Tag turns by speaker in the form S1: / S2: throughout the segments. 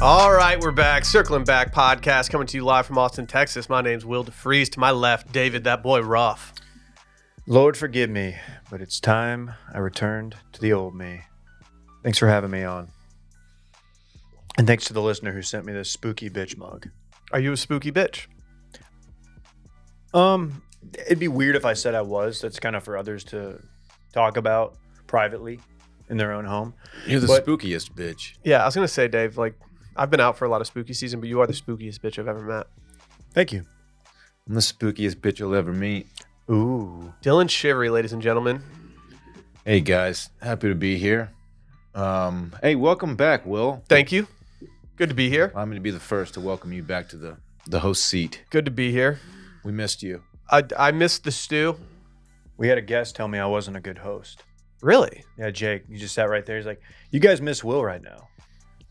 S1: All right, we're back. Circling Back podcast coming to you live from Austin, Texas. My name's Will DeFries. To my left, David, that boy Ruff.
S2: Lord, forgive me, but it's time I returned to the old me. Thanks for having me on. And thanks to the listener who sent me this spooky bitch mug.
S1: Are you a spooky bitch?
S2: Um, it'd be weird if I said I was. That's kind of for others to talk about privately in their own home.
S3: You're the
S2: But-
S3: spookiest bitch.
S1: Yeah, I was gonna say, Dave. Like, I've been out for a lot of spooky season, but you are the spookiest bitch I've ever met.
S2: Thank you.
S3: I'm the spookiest bitch you'll ever meet.
S2: Ooh.
S1: Dylan Shivery, ladies and gentlemen.
S3: Hey guys, happy to be here. Um, hey, welcome back, Will.
S1: Thank you. Good to be here.
S3: I'm going to be the first to welcome you back to the the host seat.
S1: Good to be here.
S3: We missed you.
S1: I I missed the stew.
S2: We had a guest tell me I wasn't a good host.
S1: Really?
S2: Yeah, Jake, you just sat right there. He's like, "You guys miss Will right now."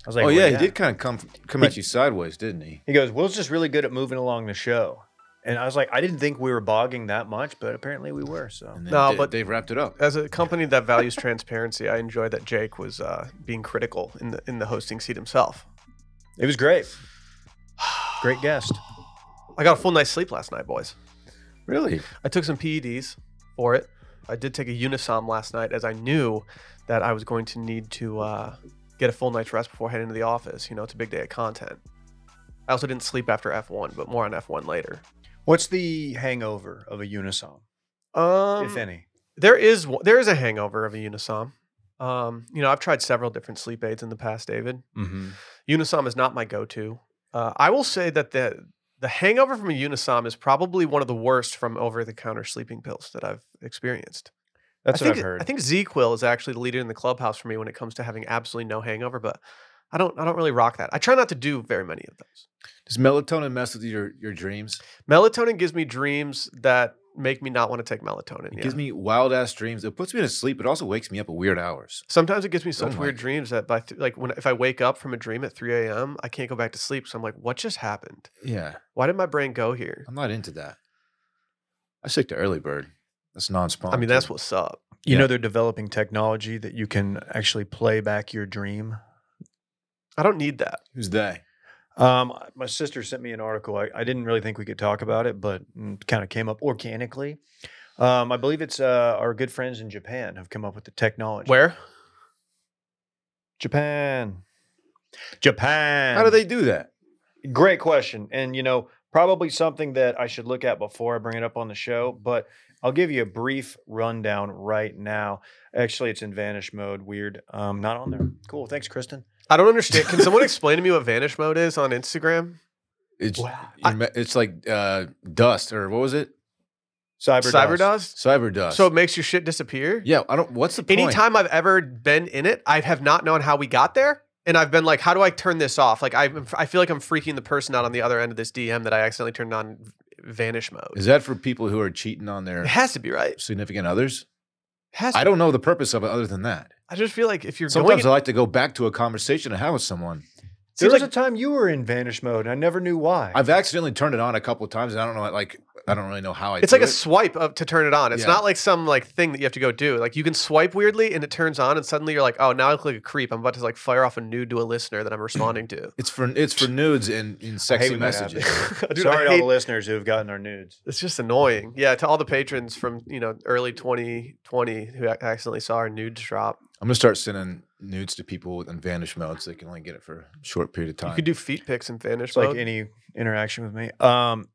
S2: I was like,
S3: oh
S2: "Well,
S3: yeah, he did kind of come come at you sideways, didn't he?
S2: He goes, Will's just really good at moving along the show. And I was like, I didn't think we were bogging that much, but apparently we were. So
S3: And then
S1: No,
S3: Da-
S1: but-
S3: Dave wrapped it up.
S1: As a company that values transparency, I enjoy that Jake was uh, being critical in the in the hosting seat himself.
S2: it was great. Great guest.
S1: I got a full night's sleep last night, boys.
S3: Really?
S1: I took some PEDs for it. I did take a Unisom last night, as I knew that I was going to need to uh, get a full night's rest before heading to the office. You know, it's a big day of content. I also didn't sleep after F1, but more on F1 later.
S2: What's the hangover of a unisom,
S1: Um,
S2: if any?
S1: there is one- there is a hangover of a Unisom. Um, you know, I've tried several different sleep aids in the past, David.
S2: Mm-hmm.
S1: Unisom is not my go-to. Uh, I will say that the the hangover from a Unisom is probably one of the worst from over-the-counter sleeping pills that I've experienced.
S2: That's
S1: I
S2: what
S1: think,
S2: I've heard.
S1: I think ZQuil is actually the leader in the clubhouse for me when it comes to having absolutely no hangover, but I don't I don't really rock that. I try not to do very many of those.
S3: Does melatonin mess with your your dreams?
S1: Melatonin gives me dreams that make me not want to take melatonin.
S3: It
S1: yeah.
S3: gives me wild ass dreams. It puts me to sleep. It also wakes me up at weird hours.
S1: Sometimes it gives me such
S3: my
S1: weird dreams that by th- like when if I wake up from a dream at 3 a.m., I can't go back to sleep. So I'm like, what just happened?
S3: Yeah,
S1: Why did my brain go here?
S3: I'm not into that. I stick to early bird. That's
S2: Oh,
S3: non-spawn.
S1: I mean, that's what's up.
S2: you
S3: yeah.
S2: know, they're developing technology that you can actually play back your dream.
S1: I don't need that.
S3: who's they?
S2: Um, my sister sent me an article. I, I didn't really think we could talk about it, but kind of came up organically. Um, I believe it's uh, our good friends in Japan have come up with the technology.
S1: Where?
S2: Japan. Japan.
S3: How do they do that?
S2: Great question. And, you know, probably something that I should look at before I bring it up on the show, but I'll give you a brief rundown right now. Actually, it's in vanish mode. Weird. Um, not on there. Cool. Thanks, Kristen.
S1: I don't understand. Can someone explain to me what vanish mode is on Instagram?
S3: It's
S2: Wow.
S3: you me- it's like uh, dust or what was it?
S2: Cyber,
S1: Cyber does?
S2: dust.
S3: Cyber dust.
S1: So it makes your shit disappear?
S3: yeah, I don't. What's the point?
S1: anytime I've ever been in it, I have not known how we got there. And I've been like, how do I turn this off? Like, I, I feel like I'm freaking the person out on the other end of this DM that I accidentally turned on vanish mode.
S3: is that for people who are cheating on
S1: it
S3: their
S1: has to be right. It
S3: significant others?
S1: has
S3: I
S1: to be.
S3: don't know the purpose of it other than that.
S1: I just feel like if you're
S3: Sometimes I
S1: going,
S3: like to go back to a conversation I had with someone.
S1: it
S2: There
S1: seems
S2: was
S1: like
S2: a time you were in vanish mode, and I never knew why.
S3: I've accidentally turned it on a couple of times, and I don't know. Like I don't really know how I.
S1: it's
S3: do
S1: like a
S3: it.
S1: swipe up to turn it on. It's
S3: Yeah.
S1: not like some like thing that you have to go do. Like you can swipe weirdly and it turns on, and suddenly you're like, oh, now I look like a creep. I'm about to like fire off a nude to a listener that I'm responding to.
S3: It's for it's for nudes and, and sexy
S2: when that happens.
S3: messages.
S1: Dude, I
S2: Sorry, to all
S1: hate-
S2: the listeners who have gotten our nudes.
S1: It's just annoying. Yeah, to all the patrons from you know early 2020 who ac- accidentally saw our nude drop.
S3: I'm gonna start sending nudes to people in vanish mode so they can only get it for a short period of time.
S1: You could do feet pics and vanish
S2: It's like
S1: mode.
S2: any interaction with me. Um,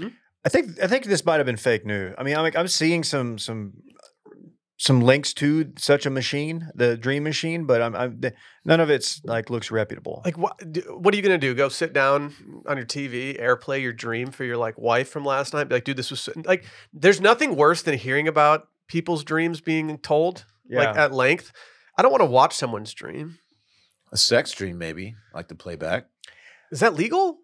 S1: Hmm?
S2: I think I think this might have been fake news. I mean, I'm I'm seeing some some some links to such a machine, the Dream Machine, but I'm, I'm th- none of it's like looks reputable.
S1: like what? do- What are you gonna do? Go sit down on your TV, airplay your dream for your like wife from last night. Be like, dude, this was so-" like. There's nothing worse than hearing about people's dreams being told like uh, at length. I don't want to watch someone's dream.
S3: a sex dream, maybe like to play back
S1: Is that legal?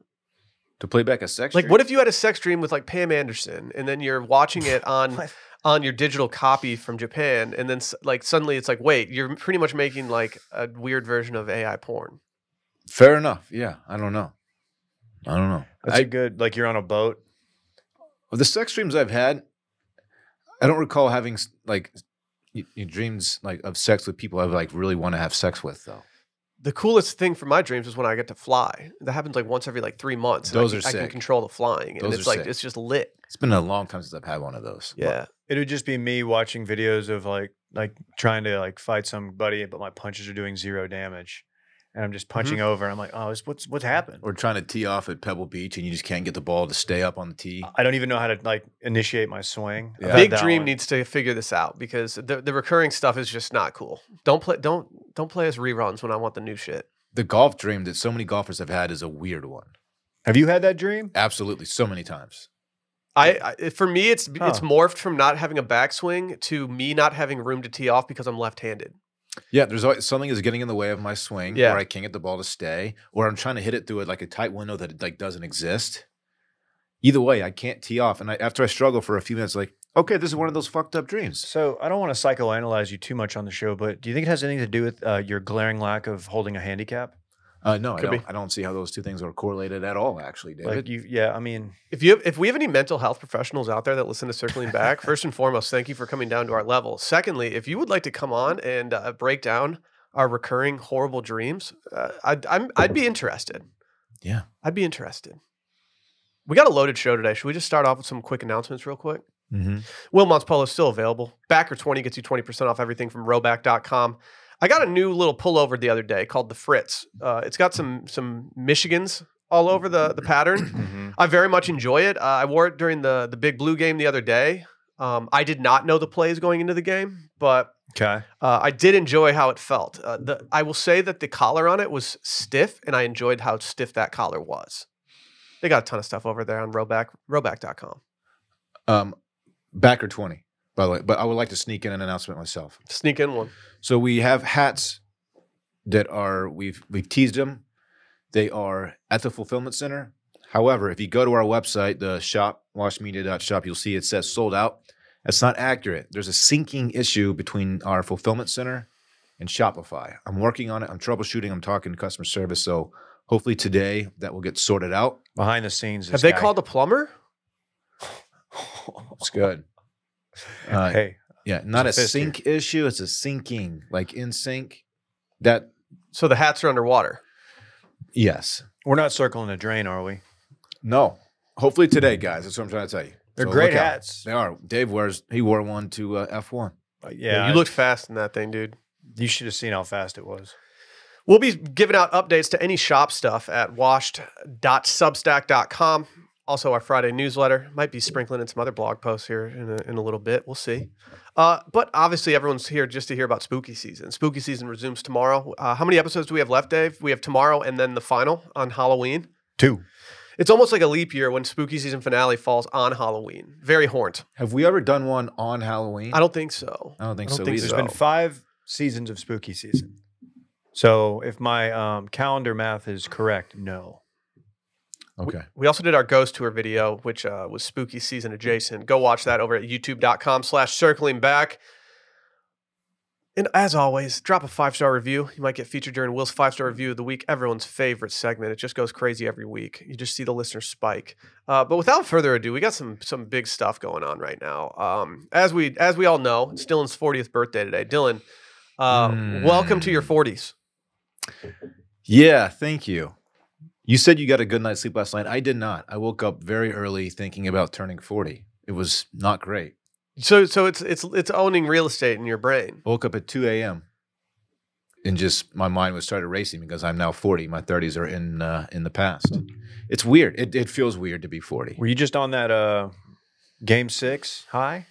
S3: to play back a sex.
S1: Like,
S3: dream?
S1: what if you had a sex dream with like Pam Anderson, and then you're watching it on
S2: What?
S1: on your digital copy from Japan, and then s- like suddenly it's like, wait, you're pretty much making like a weird version of AI porn.
S3: Fair enough. Yeah, I don't know. I don't know.
S2: that's
S3: I-
S2: a good. Like you're on a boat.
S3: of the sex dreams I've had, I don't recall having s- like y- y- dreams like of sex with people I like really want to have sex with though.
S1: the coolest thing for my dreams is when I get to fly. That happens like once every like three months. and I
S3: Those
S1: can-
S3: are
S1: I can
S3: sick.
S1: control the flying, and
S3: Those
S1: it's
S3: are
S1: like
S3: sick.
S1: it's just lit.
S3: It's been a long time since I've had one of those.
S1: Yeah,
S2: It would just be me watching videos of like like trying to like fight somebody, but my punches are doing zero damage, and I'm just
S1: Mm-hmm.
S2: punching over. And I'm like, oh, it's- what's what's happened?
S3: Or trying to tee off at Pebble Beach and you just can't get the ball to stay up on the tee.
S2: I don't even know how to like initiate my swing. I've
S3: Yeah.
S2: had
S1: Big
S2: that
S1: Dream
S2: one.
S1: needs to figure this out because the, the recurring stuff is just not cool. Don't play don't don't play as reruns when I want the new shit.
S3: The golf dream that so many golfers have had is a weird one.
S2: Have you had that dream?
S3: Absolutely, so many times.
S1: I, I for me it's it's
S2: Huh.
S1: morphed from not having a backswing to me not having room to tee off because I'm left-handed.
S3: Yeah, there's always something is getting in the way of my swing,
S1: Yeah.
S3: or I can't get the ball to stay, or I'm trying to hit it through it like a tight window that it like doesn't exist. Either way, I can't tee off, and I, after I struggle for a few minutes, like, okay, this is one of those fucked up dreams.
S2: So I don't want to psychoanalyze you too much on the show, but do you think it has anything to do with uh, your glaring lack of holding a handicap?
S3: Uh, no, I
S1: Could be.
S3: don't. I don't see how those two things are correlated at all. Actually, David.
S2: Like you, yeah. I mean,
S1: If you have, if we have any mental health professionals out there that listen to Circling Back, first and foremost, thank you for coming down to our level. Secondly, if you would like to come on and uh, break down our recurring horrible dreams, uh, I'd I'm, I'd be interested.
S3: Yeah.
S1: I'd be interested. We got a loaded show today. Should we just start off with some quick announcements, real quick?
S3: mm-hmm.
S1: Wilmont's Polo is still available. Backer 20 gets you 20% off everything from roback.com. I got a new little pullover the other day called the Fritz. Uh, it's got some some Michigans all over the the pattern. I very much enjoy it. Uh, I wore it during the the Big Blue game the other day. Um, I did not know the plays going into the game, but
S2: okay.
S1: uh, I did enjoy how it felt. Uh, the, I will say that the collar on it was stiff, and I enjoyed how stiff that collar was. They got a ton of stuff over there on roback roback.com.
S3: Um, backer twenty, by the way. But I would like to sneak in an announcement myself.
S1: Sneak in one.
S3: So we have hats that are we've we've teased them. They are at the fulfillment center. However, if you go to our website, the shop washmedia.shop, you'll see it says sold out. That's not accurate. There's a syncing issue between our fulfillment center and Shopify. I'm working on it. I'm troubleshooting. I'm talking to customer service. So hopefully today that will get sorted out.
S2: Behind the scenes,
S1: Have
S2: this
S1: they
S2: guy-
S1: called a plumber?
S3: It's good. Uh,
S2: hey,
S3: yeah, not a
S2: It's a fist
S3: sync issue. It's a syncing, like in sync. That
S1: So the hats are underwater.
S3: yes,
S2: we're not circling a drain, are we?
S3: No. Hopefully today, guys. That's what I'm trying to tell you.
S2: They're
S3: So
S2: great
S3: look out.
S2: hats.
S3: They are. Dave wears. He wore one to uh, F1.
S2: Uh,
S1: Yeah,
S2: Yeah,
S1: you looked fast in that thing, dude.
S2: You should have seen how fast it was.
S1: We'll be giving out updates to any shop stuff at washed.substack.com. Also, our Friday newsletter might be sprinkling in some other blog posts here in a, in a little bit. We'll see. Uh, but obviously, everyone's here just to hear about spooky season. Spooky season resumes tomorrow. Uh, how many episodes do we have left, Dave? We have tomorrow and then the final on Halloween.
S2: Two.
S1: It's almost like a leap year when spooky season finale falls on Halloween. Very horned.
S3: Have we ever done one on Halloween?
S1: I don't think so.
S3: I don't
S2: I
S3: think
S2: don't
S3: so
S2: think
S3: either.
S2: there's been five seasons of spooky season. So if my um, calendar math is correct, no.
S3: Oh, okay.
S1: We also did our ghost tour video, which uh, was spooky season adjacent. Go watch that over at youtube.com slash circling back. And as always, drop a five star review. You might get featured during Will's five star review of the week, everyone's favorite segment. It just goes crazy every week. You just see the listener spike. Uh, but without further ado, we got some some big stuff going on right now. Um, as we as we all know, it's Dylan's 40th birthday today. Dylan, uh, welcome to your 40s.
S3: Yeah. Thank you. You said you got a good night's sleep last night. I did not. I woke up very early thinking about turning 40. It was not great.
S1: So so it's it's it's owning real estate in your brain.
S3: Woke up at 2 a.m. and just my mind was started racing because I'm now 40. My 30s are in uh, in the past. It's weird. It, it feels weird to be 40.
S2: Were you just on that uh, game six high?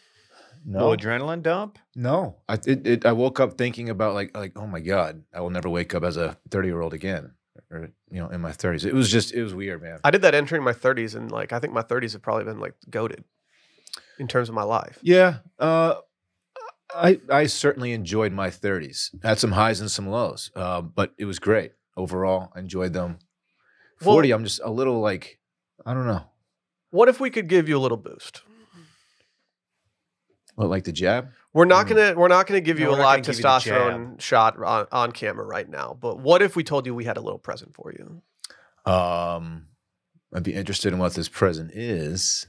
S2: Little adrenaline dump?
S3: No, I it, it, I woke up thinking about like like oh my god, I will never wake up as a thirty year old again, or you know, in my thirties. It was just it was weird, man.
S1: I did that entering my 30s, and like I think my 30s have probably been like goaded in terms of my life.
S3: yeah, uh, I I certainly enjoyed my thirties. Had some highs and some lows, uh, but it was great overall. I enjoyed them.
S1: Well-
S3: Forty, I'm just a little like I don't know,
S1: What if we could give you a little boost?
S3: what like the jab.
S1: We're not
S2: Mm.
S1: gonna we're not gonna give
S2: No,
S1: you
S2: we're
S1: a
S2: not
S1: live
S2: gonna give you the
S1: testosterone shot on, on camera right now. But what if we told you we had a little present for you?
S3: Um, I'd be interested in what this present is.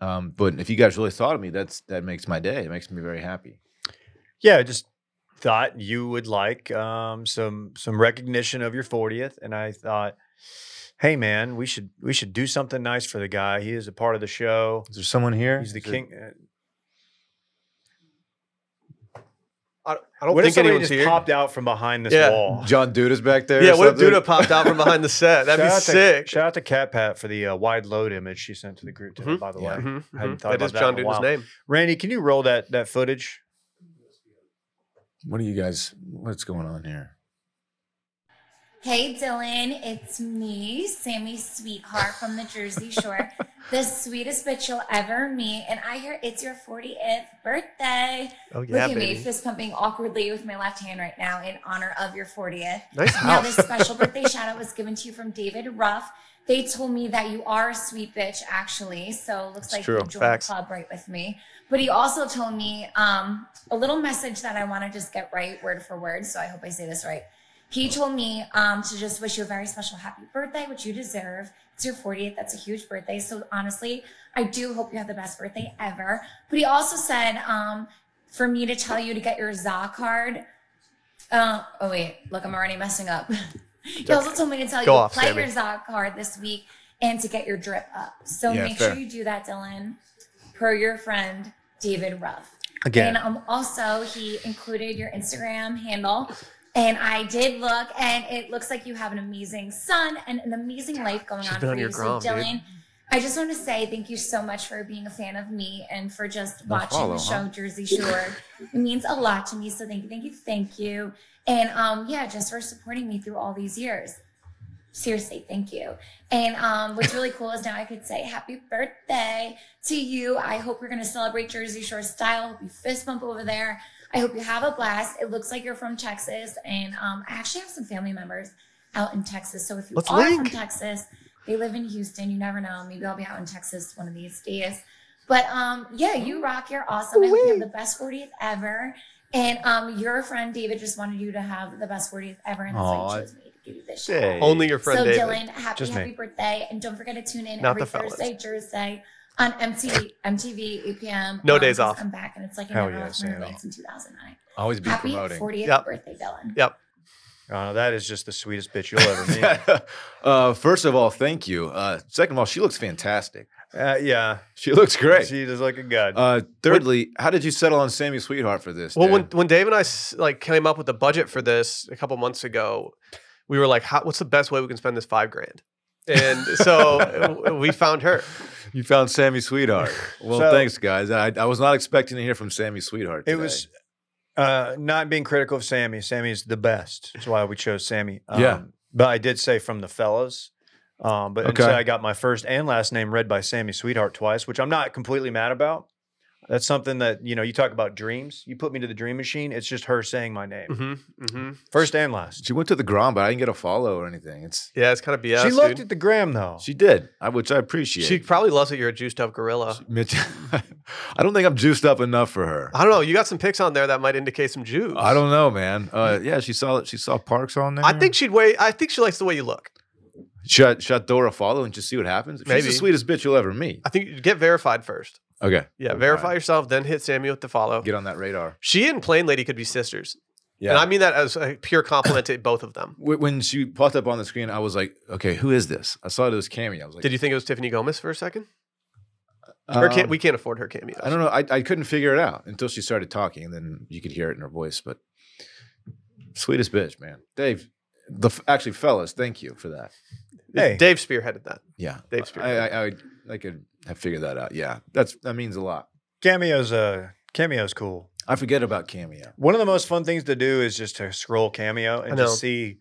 S3: Um, but if you guys really thought of me, that's that makes my day. It makes me very happy.
S2: Yeah, just thought you would like um, some some recognition of your 40th, and I thought, hey man, we should we should do something nice for the guy. He is a part of the show.
S3: Is there someone here?
S2: He's the
S3: Is there-
S2: king. uh,
S1: I, I don't
S2: what if
S1: think
S2: somebody
S1: anyone's
S2: just
S1: here.
S2: popped out from behind this
S1: Yeah.
S2: wall?
S3: John Duda's back there.
S1: yeah,
S3: or
S1: what if
S3: something?
S1: Duda popped out from behind the set? That'd be
S2: Shout out to-
S1: sick.
S2: shout out to Cat Pat for the uh, wide load image she sent to the group today.
S1: Mhm.
S2: By the
S3: Yeah.
S2: way,
S1: Mhm, mhm.
S2: hadn't thought
S1: That
S2: about
S1: is
S2: that
S1: John
S2: in a while.
S1: Duda's name.
S2: Randy, can you roll that that footage?
S3: What are you guys? What's going on here?
S4: Hey Dylan, it's me, Sammy Sweetheart from the Jersey Shore, the sweetest bitch you'll ever meet. And I hear it's your 40th birthday.
S1: Oh yeah,
S4: Look at me,
S1: baby.
S4: fist pumping awkwardly with my left hand right now in honor of your 40th.
S1: Nice
S4: Now,
S1: house.
S4: this special birthday shout out was given to you from David Ruff. They told me that you are a sweet bitch, actually. So it looks
S3: It's
S4: like
S3: true.
S4: you joined
S1: Facts.
S4: the club right with me. But he also told me um, a little message that I want to just get right word for word. So I hope I say this right. He told me um, to just wish you a very special happy birthday, which you deserve. It's your 40th. That's a huge birthday. So honestly, I do hope you have the best birthday ever. But he also said um, for me to tell you to get your ZA card. Uh, oh, wait. Look, I'm already messing up. he also told me to tell
S1: Go
S4: you
S1: off,
S4: to play
S1: Sammy.
S4: your ZA card this week and to get your drip up. So
S3: Yeah,
S4: make
S3: fair.
S4: sure you do that, Dylan, per your friend, David Ruff.
S2: Again,
S4: And um, also, he included your Instagram handle. And I did look, and it looks like you have an amazing son and an amazing life going
S1: She's
S4: on
S1: been
S4: for
S1: on
S4: you.
S1: your gram,
S4: so,
S1: dude.
S4: Dylan, I just want to say thank you so much for being a fan of me and for just
S3: No
S4: watching
S3: follow,
S4: the show
S3: huh?
S4: Jersey Shore. it means a lot to me. So, thank you, thank you, thank you. And um, yeah, just for supporting me through all these years. Seriously, thank you. And um, what's really cool is now I could say happy birthday to you. I hope you're going to celebrate Jersey Shore style. Hope you fist bump over there. I hope you have a blast. It looks like you're from Texas, and um, I actually have some family members out in Texas. So if you
S1: Let's
S4: are from
S1: link.
S4: Texas, they live in Houston. You never know. Maybe I'll be out in Texas one of these days. But um, yeah, you rock. You're awesome. I hope you have the best 40th ever. And um, your friend David just wanted you to have the best 40th ever, and that's why
S3: Aw,
S4: he chose me to give you this. shout out.
S2: say-
S1: Only your friend
S4: So
S1: David.
S4: Dylan, happy
S2: Just me.
S4: happy birthday, and don't forget to tune in
S1: Not
S4: every
S1: the fellas.
S4: Thursday, Thursday on MTV, MTV, 8 p.m.
S1: No
S4: Um,
S1: days
S4: please
S1: off.
S4: Come back, and it's like an
S2: Hell
S4: hour
S2: yeah,
S4: off
S2: Sam.
S4: from Lance in 2009.
S3: Always be
S4: happy
S3: promoting.
S4: 40th
S1: Yep.
S4: birthday, Dylan.
S1: Yep.
S2: uh, that is just the sweetest bitch you'll ever meet.
S3: uh, first of all, thank you. Uh, second of all, she looks fantastic.
S2: Uh, yeah,
S3: She looks great.
S2: She does like a god.
S3: Uh, thirdly, how did you settle on Sammy Sweetheart for this?
S1: Well, when,
S3: dude?
S1: when Dave and I s- like came up with the budget for this a couple months ago, we were like, How, "What's the best way we can spend this five grand?" And so w- we found her.
S3: you found Sammy Sweetheart. Well,
S2: So-
S3: thanks, guys. I, I was not expecting to hear from Sammy Sweetheart.
S2: it
S3: today.
S2: was uh, not being critical of Sammy. Sammy is the best. That's why we chose Sammy. Um,
S3: Yeah.
S2: But I did say from the fellas. Um, but
S3: Okay.
S2: instead I got my first and last name read by Sammy Sweetheart twice, which I'm not completely mad about. That's something that, you know, you talk about dreams. You put me to the dream machine. It's just her saying my name,
S1: hmm hmm
S2: first and last.
S3: She went to the Grom, but I didn't get a follow or anything. It's
S1: Yeah, it's kind of BS.
S2: she looked
S1: dude.
S2: at the gram, though.
S3: she did, I, which I appreciate.
S1: She probably loves that you're a juiced up gorilla.
S3: Mitch, I don't think I'm juiced up enough for her.
S1: I don't know. You got some pics on there that might indicate some juice.
S3: I don't know, man. Uh, yeah, she saw she saw Parks on there.
S1: I think she'd wait. I think she likes the way you look.
S3: shut shut Dora follow and just see what happens. She's
S1: Maybe.
S3: the sweetest bitch you'll ever meet.
S1: I think you get verified first.
S3: Okay,
S1: Yeah,
S3: Okay.
S1: verify yourself, then hit Sammy with the follow.
S3: get on that radar.
S1: She and Plain Lady could be sisters,
S3: Yeah.
S1: and I mean that as a pure compliment to both of them.
S3: Wh- when she popped up on the screen, I was like, okay, who is this? I saw it as cameo. I was like,
S1: Did you think it was Tiffany Gomez for a second? Her
S3: um,
S1: can we can't afford her cameo.
S3: I don't know. I, I couldn't figure it out until she started talking, and then you could hear it in her voice. But sweetest bitch, man, Dave. The f- actually, fellas, thank you for that.
S2: hey,
S1: Dave spearheaded that.
S3: Yeah,
S1: Dave
S3: I
S1: spearheaded.
S3: I, I, I could have figured that out. Yeah, that's that means a lot.
S2: cameo's, uh, cameo's cool.
S3: I forget about cameo.
S2: One of the most fun things to do is just to scroll Cameo
S1: I
S2: and
S1: know.
S2: just see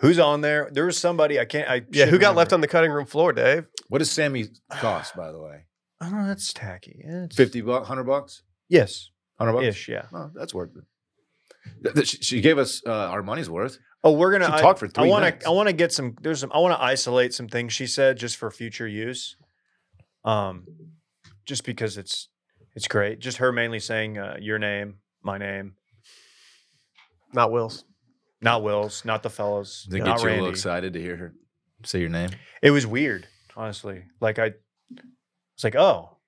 S2: who's on there. There was somebody I can't. I
S1: yeah, who got left
S2: on?
S1: on the cutting room floor, Dave?
S3: What does Sammy cost, by the way?
S2: I don't know. That's tacky. It's,
S3: Fifty bucks, hundred bucks,
S2: Yes.
S3: hundred bucks.
S2: Ish. Yeah.
S3: Oh, that's worth it. Th- th- she, she gave us uh, our money's worth.
S2: Oh, we're gonna
S3: She
S2: I-
S3: talked for
S2: I
S3: three
S2: want
S3: minutes.
S2: to. I want to get some. There's some. I want to isolate some things she said just for future use. Um, just because it's it's great. Just her mainly saying uh, your name, my name,
S1: Not Will's.
S2: not Will's, not the fellows,
S3: Did it
S2: not
S3: get you a little
S2: Randy.
S3: excited to hear her say your name?
S2: It was weird, honestly. Like I it's like, oh,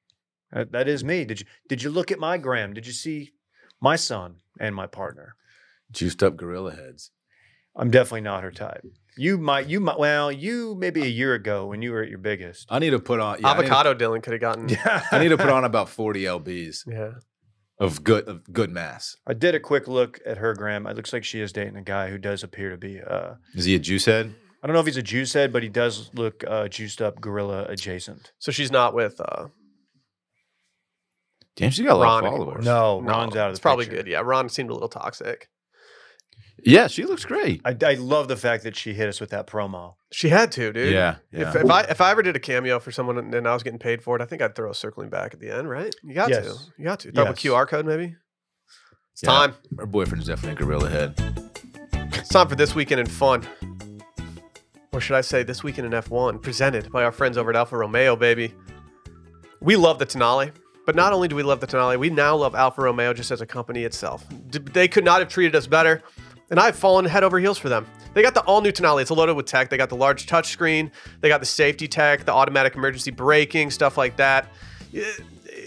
S2: that, that is me. Did you did you look at my gram? Did you see my son and my partner?
S3: Juiced up gorilla heads.
S2: I'm definitely not her type. You might, you might, well, you maybe a year ago when you were at your biggest.
S3: I need to put on yeah, I need to-
S1: Avocado Dylan could have gotten. Yeah.
S2: Yeah.
S3: I need to put on about 40 lbs of good of good mass.
S2: I did a quick look at her gram. It looks like she is dating a guy who does appear to be, uh,
S3: Is he a juice head?
S2: I don't know if he's a juice head, but he does look uh, juiced up, gorilla adjacent.
S1: So she's not with. Uh,
S3: Damn, she's got a lot
S1: Ron
S3: of
S1: anymore.
S3: followers.
S2: No,
S1: no,
S2: Oh, Ron's out of the
S1: It's probably
S2: picture.
S1: good. Yeah, Ron seemed a little toxic.
S3: Yeah, she looks great.
S2: I, I love the fact that she hit us with that promo.
S1: She had to, dude.
S3: Yeah, yeah.
S1: If, if I if I ever did a cameo for someone and- and I was getting paid for it, I think I'd throw a circling back at the end, right? You got to,
S2: Yes.
S1: you got to. Throw up
S2: Yes.
S1: a QR code, maybe. It's
S3: Yeah.
S1: time.
S3: Her boyfriend's definitely a gorilla head.
S1: It's time for this weekend in fun, or should I say, this weekend in F1, presented by our friends over at Alfa Romeo, baby. We love the Tonale, but not only do we love the Tonale, we now love Alfa Romeo just as a company itself. D- they could not have treated us better, and I've fallen head over heels for them. They got the all new Tonale. It's loaded with tech. They got the large touchscreen. They got the safety tech, the automatic emergency braking, stuff like that.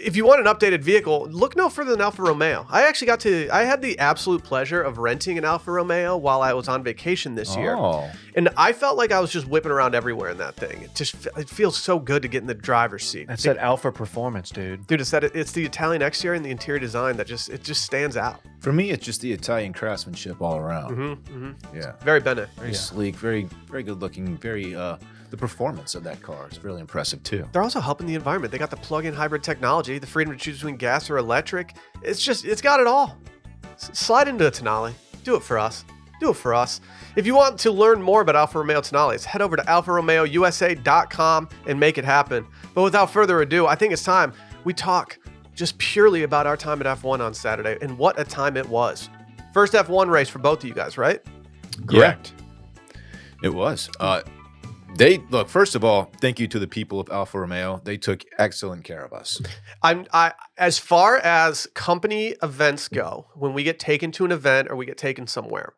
S1: If you want an updated vehicle, look no further than Alfa Romeo. I actually got to, I had the absolute pleasure of renting an Alfa Romeo while I was on vacation this year.
S3: Oh,
S1: And I felt like I was just whipping around everywhere in that thing. It just it feels so good to get in the driver's seat.
S2: That's that alpha performance, dude.
S1: Dude, it's that it's the Italian exterior and the interior design that just it just stands out.
S3: for me, it's just the Italian craftsmanship all around.
S2: Mm-hmm,
S3: Yeah,
S1: Very Bennett.
S3: very sleek, very very good looking. Very uh, the performance of that car is really impressive too.
S1: They're also helping the environment. They got the plug-in hybrid technology, the freedom to choose between gas or electric. It's just it's got it all. S- slide into the Tonale. Do it for us. Do it for us. If you want to learn more about Alfa Romeo Tonales, head over to alfaromeousa.com and make it happen. But without further ado, I think it's time we talk just purely about our time at F1 on Saturday and what a time it was. First F1 race for both of you guys, right?
S3: Correct. It was. Uh, they look. First of all, thank you to the people of Alfa Romeo. They took excellent care of us.
S1: I'm I as far as company events go, when we get taken to an event or we get taken somewhere,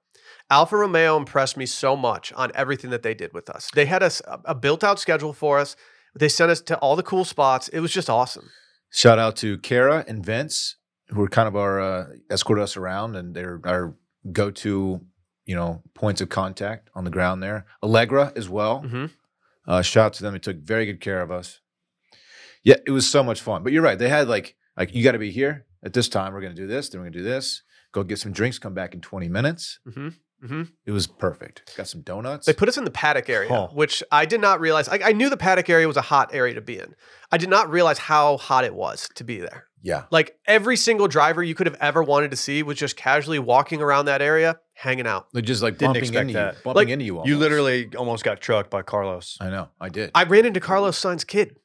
S1: Alfa Romeo impressed me so much on everything that they did with us. They had us uh, a, a built-out schedule for us. They sent us to all the cool spots. It was just awesome.
S3: Shout out to Kara and Vince, who were kind of our uh, escorted us around, and they're our go-to, you know, points of contact on the ground there. Allegra as well.
S1: Mhm.
S3: Uh, shout out to them; they took very good care of us. Yeah, it was so much fun. But you're right; they had like like you got to be here at this time. We're gonna do this. Then we're gonna do this. Go get some drinks. Come back in 20 minutes.
S1: Mm-hmm. Mm-hmm.
S3: It was perfect. Got some donuts.
S1: They put us in the paddock area,
S2: Huh.
S1: which I did not realize. I, I knew the paddock area was a hot area to be in. I did not realize how hot it was to be there.
S3: yeah,
S1: Like every single driver you could have ever wanted to see was just casually walking around that area, hanging out.
S3: they just like
S2: Didn't
S3: bumping
S2: expect
S3: into you,
S2: that.
S3: bumping
S1: Like,
S3: into you. Almost.
S2: You literally almost got trucked by Carlos.
S3: I know. I did.
S1: I ran into Carlos Sainz's kid.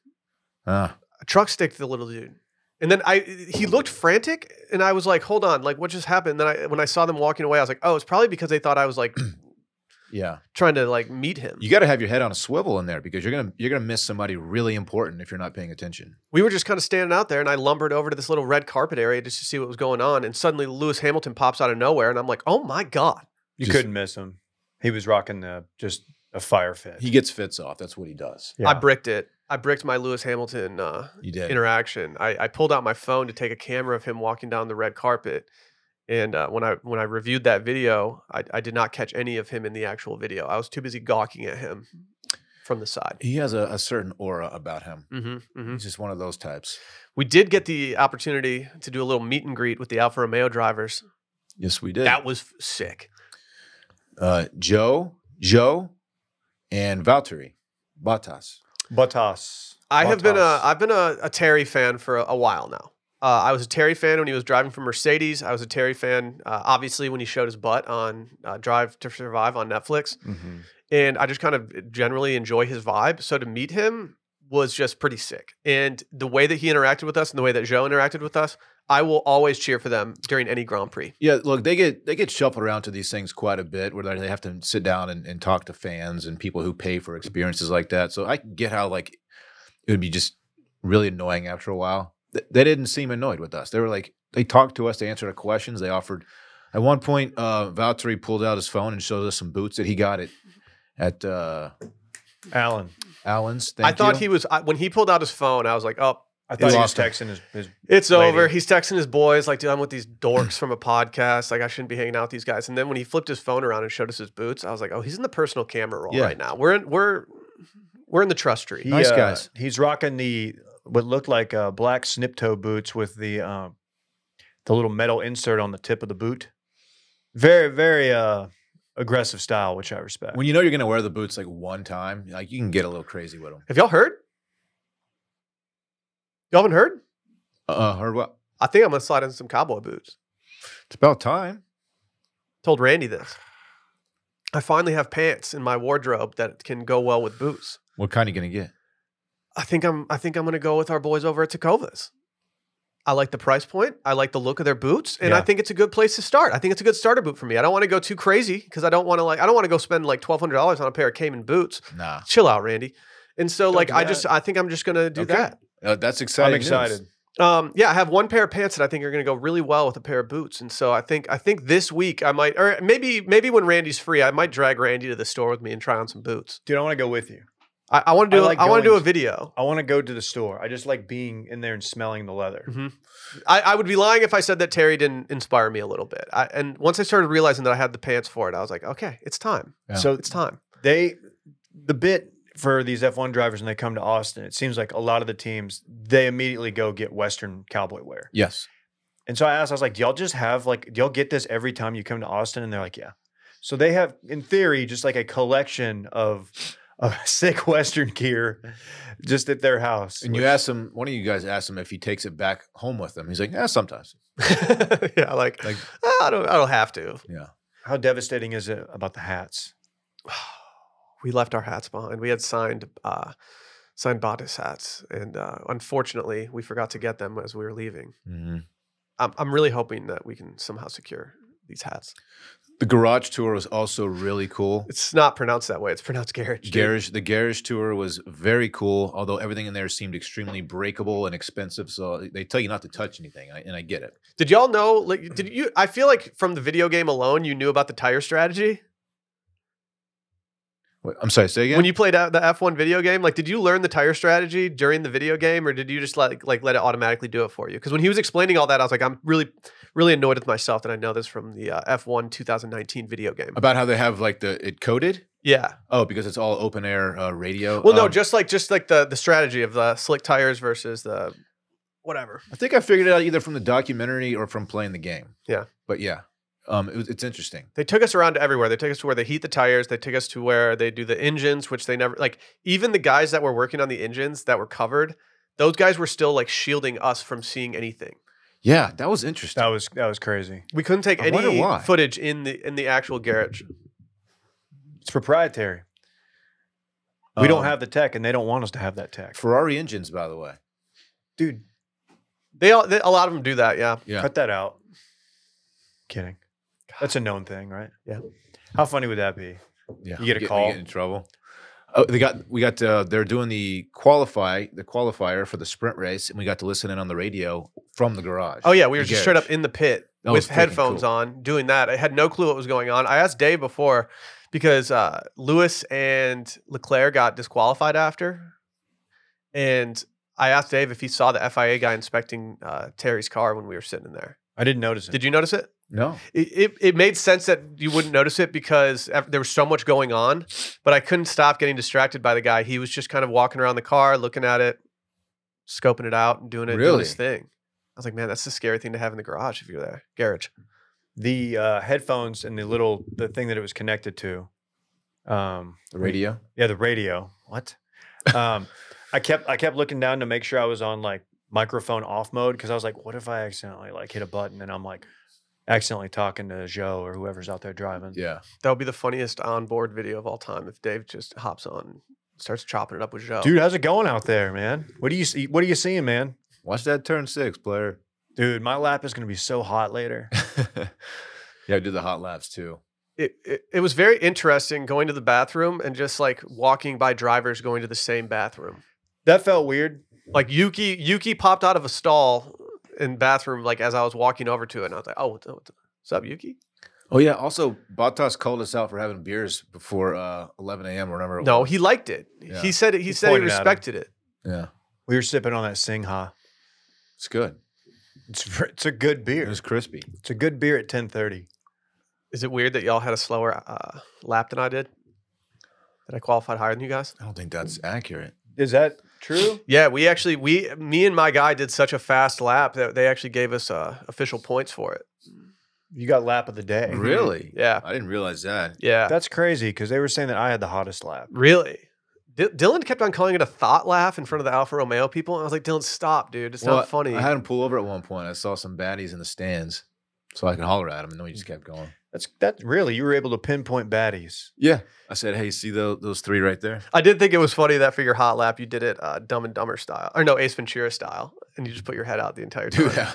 S3: Ah,
S1: a truck stick to the little dude. And then I he looked frantic and I was like, hold on, like what just happened? then I when I saw them walking away, I was like, oh, it's probably because they thought I was like
S3: yeah.
S1: trying to like meet him.
S3: you got to have your head on a swivel in there because you're gonna you're gonna miss somebody really important if you're not paying attention.
S1: we were just kind of standing out there and I lumbered over to this little red carpet area just to see what was going on. And suddenly Lewis Hamilton pops out of nowhere and I'm like, oh my God.
S2: You
S3: Just-
S2: couldn't miss him. He was rocking the just a fire fit.
S3: He gets fits off. That's what he does.
S2: Yeah.
S1: I bricked it. I bricked my Lewis Hamilton uh,
S3: You did.
S1: interaction. I, I pulled out my phone to take a camera of him walking down the red carpet. And uh, when I when I reviewed that video, I, I did not catch any of him in the actual video. I was too busy gawking at him from the side.
S3: he has a, a certain aura about him.
S1: Mm-hmm,
S3: He's just one of those types.
S1: We did get the opportunity to do a little meet and greet with the Alfa Romeo drivers.
S3: Yes, we did.
S1: That was f- sick.
S3: Uh, Joe, Joe, and Valtteri Bottas.
S2: Bottas.
S1: I have been a
S2: Bottas.
S1: I've been a, a Terry fan for a, a while now. Uh, I was a Terry fan when he was driving for Mercedes. I was a Terry fan, uh, obviously, when he showed his butt on uh, Drive to Survive on Netflix.
S3: Mm-hmm.
S2: Mhm.
S1: and I just kind of generally enjoy his vibe. So to meet him was just pretty sick. And the way that he interacted with us and the way that Joe interacted with us, I will always cheer for them during any Grand Prix.
S3: Yeah, look, they get they get shuffled around to these things quite a bit, where they have to sit down and, and talk to fans and people who pay for experiences like that. So I can get how like it would be just really annoying after a while. Th- They didn't seem annoyed with us. They were like they talked to us, they answered our questions, they offered. At one point, uh, Valtteri pulled out his phone and showed us some boots that he got at at uh,
S2: Alan.
S3: Allen's.
S1: I thought he was I, when he pulled out his phone. I was like, oh,
S2: I thought he was
S3: lost him.
S2: texting his, his
S1: It's
S2: lady.
S1: over. He's texting his boys, like, dude, I'm with these dorks from a podcast. Like, I shouldn't be hanging out with these guys. And then when he flipped his phone around and showed us his boots, I was like, oh, he's in the personal camera roll
S3: Yeah.
S1: right now. We're in, we're, we're in the trust tree.
S2: He,
S3: Nice
S2: uh,
S3: guys.
S2: he's rocking the what looked like uh, black snip toe boots with the um, the little metal insert on the tip of the boot. Very very uh, aggressive style, which I respect.
S3: When you know you're gonna wear the boots like one time, like you can get a little crazy with them.
S1: Have y'all heard? Y'all haven't heard?
S3: Uh, heard what?
S1: I think I'm gonna slide in some cowboy boots.
S3: It's about time.
S1: Told Randy this. I finally have pants in my wardrobe that can go well with boots.
S3: What kind are you gonna get?
S1: I think I'm I think I'm gonna go with our boys over at Takovas. I like the price point. I like the look of their boots, and I
S2: Yeah.
S1: think it's a good place to start. I think it's a good starter boot for me. I don't want to go too crazy because I don't want to like I don't want to go spend like twelve hundred dollars on a pair of Cayman boots.
S3: Nah,
S1: Chill out, Randy. And so
S2: Don't
S1: like
S2: do
S1: I
S2: that.
S1: just I think I'm just gonna do
S3: Okay.
S1: that.
S3: Uh, that's exciting.
S2: I'm
S3: news.
S2: excited.
S1: Um, yeah, I have one pair of pants that I think are going to go really well with a pair of boots, and so I think I think this week I might, or maybe maybe when Randy's free, I might drag Randy to the store with me and try on some boots.
S2: Dude, I want to go with you.
S1: I, I want to
S2: I
S1: do I,
S2: like
S1: I want to do
S2: going
S1: a
S2: to-
S1: video.
S2: I want to go to the store. I just like being in there and smelling the leather.
S1: I, I would be lying if I said that Terry didn't inspire me a little bit. I, and once I started realizing that I had the pants for it, I was like, okay, it's time.
S3: Yeah.
S2: So
S1: It's time.
S2: they the bit for these F1 drivers when they come to Austin, it seems like a lot of the teams they immediately go get Western cowboy wear.
S3: Yes.
S2: And so I asked, I was like, do y'all just have like, do y'all get this every time you come to Austin? And they're like, yeah. So they have, in theory, just like a collection of, of sick Western gear just at their house.
S3: And you asked him. One of you guys asked him if he takes it back home with him. He's like, yeah, sometimes.
S1: yeah, like,
S3: Like-
S1: "Ah, I don't I don't have to.
S2: How devastating is it about the hats?
S1: we left our hats behind. We had signed uh, signed Bodice hats, and uh, unfortunately, we forgot to get them as we were leaving.
S3: Mm-hmm.
S1: I'm, I'm really hoping that we can somehow secure these hats.
S3: The garage tour was also really cool.
S1: It's not pronounced that way. It's pronounced garage. dude.
S3: Garage, the garage tour was very cool, although everything in there seemed extremely breakable and expensive. So they tell you not to touch anything, and I, and I get it.
S1: Did y'all know? Like, did you? I feel like from the video game alone, you knew about the tire strategy
S3: Wait, I'm sorry, say again.
S1: when you played out the F1 video game. Like, did you learn the tire strategy during the video game, or did you just like like let it automatically do it for you? Because when he was explaining all that, I was like, I'm really really annoyed with myself that I know this from the uh, F1 2019 video game.
S3: about how they have like the it coded.
S1: Yeah.
S3: Oh, because it's all open air uh, radio.
S1: Well, no,
S3: Um,
S1: just like just like the the strategy of the slick tires versus the whatever.
S3: I think I figured it out either from the documentary or from playing the game.
S1: Yeah.
S3: but yeah, um, it was, it's interesting.
S1: They took us around everywhere. They took us to where they heat the tires. They took us to where they do the engines, which they never like. Even the guys that were working on the engines that were covered, those guys were still like shielding us from seeing anything.
S3: Yeah, that was interesting.
S2: That was, that was crazy.
S1: We couldn't take
S3: I wonder
S1: any
S3: why.
S1: footage in the in the actual garage.
S2: It's proprietary. We don't
S3: Um,
S2: have the tech and they don't want us to have that tech.
S3: Ferrari engines, by the way.
S2: Dude,
S1: They all they, a lot of them do that. Yeah,
S3: Yeah.
S2: cut that out. Kidding. That's a known thing, right?
S1: Yeah.
S2: How funny would that be?
S3: Yeah,
S2: You get a
S3: we
S2: call.
S3: We get in trouble. Oh, they got we got uh, they're doing the qualify the qualifier for the sprint race, and we got to listen in on the radio from the garage.
S1: Oh yeah, we were
S3: The
S1: just straight
S3: garage.
S1: up in the pit
S3: That was
S1: with
S3: freaking
S1: headphones
S3: cool.
S1: on, doing that. I had no clue what was going on. I asked Dave before because uh, Lewis and Leclerc got disqualified after, and I asked Dave if he saw the FIA guy inspecting uh, Terry's car when we were sitting in there.
S2: I didn't notice it.
S1: Did you notice it?
S3: No,
S1: It, it, it made sense that you wouldn't notice it because ev- there was so much going on, but I couldn't stop getting distracted by the guy. He was just kind of walking around the car, looking at it, scoping it out, and doing it doing his thing. I was like, man, that's the scary thing to have in the garage if you're there, garage.
S2: the uh, headphones and the little the thing that it was connected to. Um,
S3: the radio.
S2: yeah, the radio. What? Um, I kept I kept looking down to make sure I was on like microphone off mode because I was like, what if I accidentally like hit a button and I'm like accidentally talking to Joe or whoever's out there driving?
S3: Yeah,
S1: That would be the funniest onboard video of all time if Dave just hops on, and starts chopping it up with Joe.
S2: Dude, how's it going out there, man? What do you see? What are you seeing, man?
S3: watch that turn six, player.
S2: Dude, my lap is gonna be so hot later.
S3: yeah, I did the hot laps too.
S1: it, it it was very interesting going to the bathroom and just like walking by drivers going to the same bathroom.
S2: That felt weird.
S1: Like Yuki Yuki popped out of a stall in bathroom like as I was walking over to it, and I was like, oh, what's up, what's up Yuki?
S3: Oh yeah. Also, Bottas called us out for having beers before uh, 11 a.m. or whatever. it
S1: No,
S3: was.
S1: he liked it.
S3: Yeah.
S1: He said it, he,
S2: He
S1: said he
S2: pointed at him.
S1: respected it.
S3: yeah.
S2: We were sipping on that Singha.
S3: It's good.
S2: It's, it's a good
S3: It
S2: beer.
S3: was crispy.
S2: It's a good beer at 10:30.
S1: Is it weird that y'all had a slower uh, lap than I did? That I qualified higher than you guys?
S3: I don't think that's accurate.
S2: Is that true?
S1: Yeah, we actually we me and my guy did such a fast lap that they actually gave us uh, official points for it.
S2: You got lap of the day.
S3: Really?
S1: Yeah,
S3: Mm-hmm. I didn't realize that.
S1: yeah,
S2: That's crazy because they were saying that I had the hottest lap.
S1: really. D- Dylan kept on calling it a thought laugh in front of the Alfa Romeo people, and I was like, "Dylan, stop, dude! It's
S3: Well,
S1: not funny."
S3: I had him pull over at one point. I saw some baddies in the stands, so I could holler at him, and then we just kept going.
S2: That's that really you were able to pinpoint baddies.
S3: Yeah. I said, hey, see those, those three right there?
S1: I did think it was funny that for your hot lap you did it uh, Dumb and Dumber style, or no Ace Ventura style, and you just put your head out the entire time.
S3: Dude, yeah.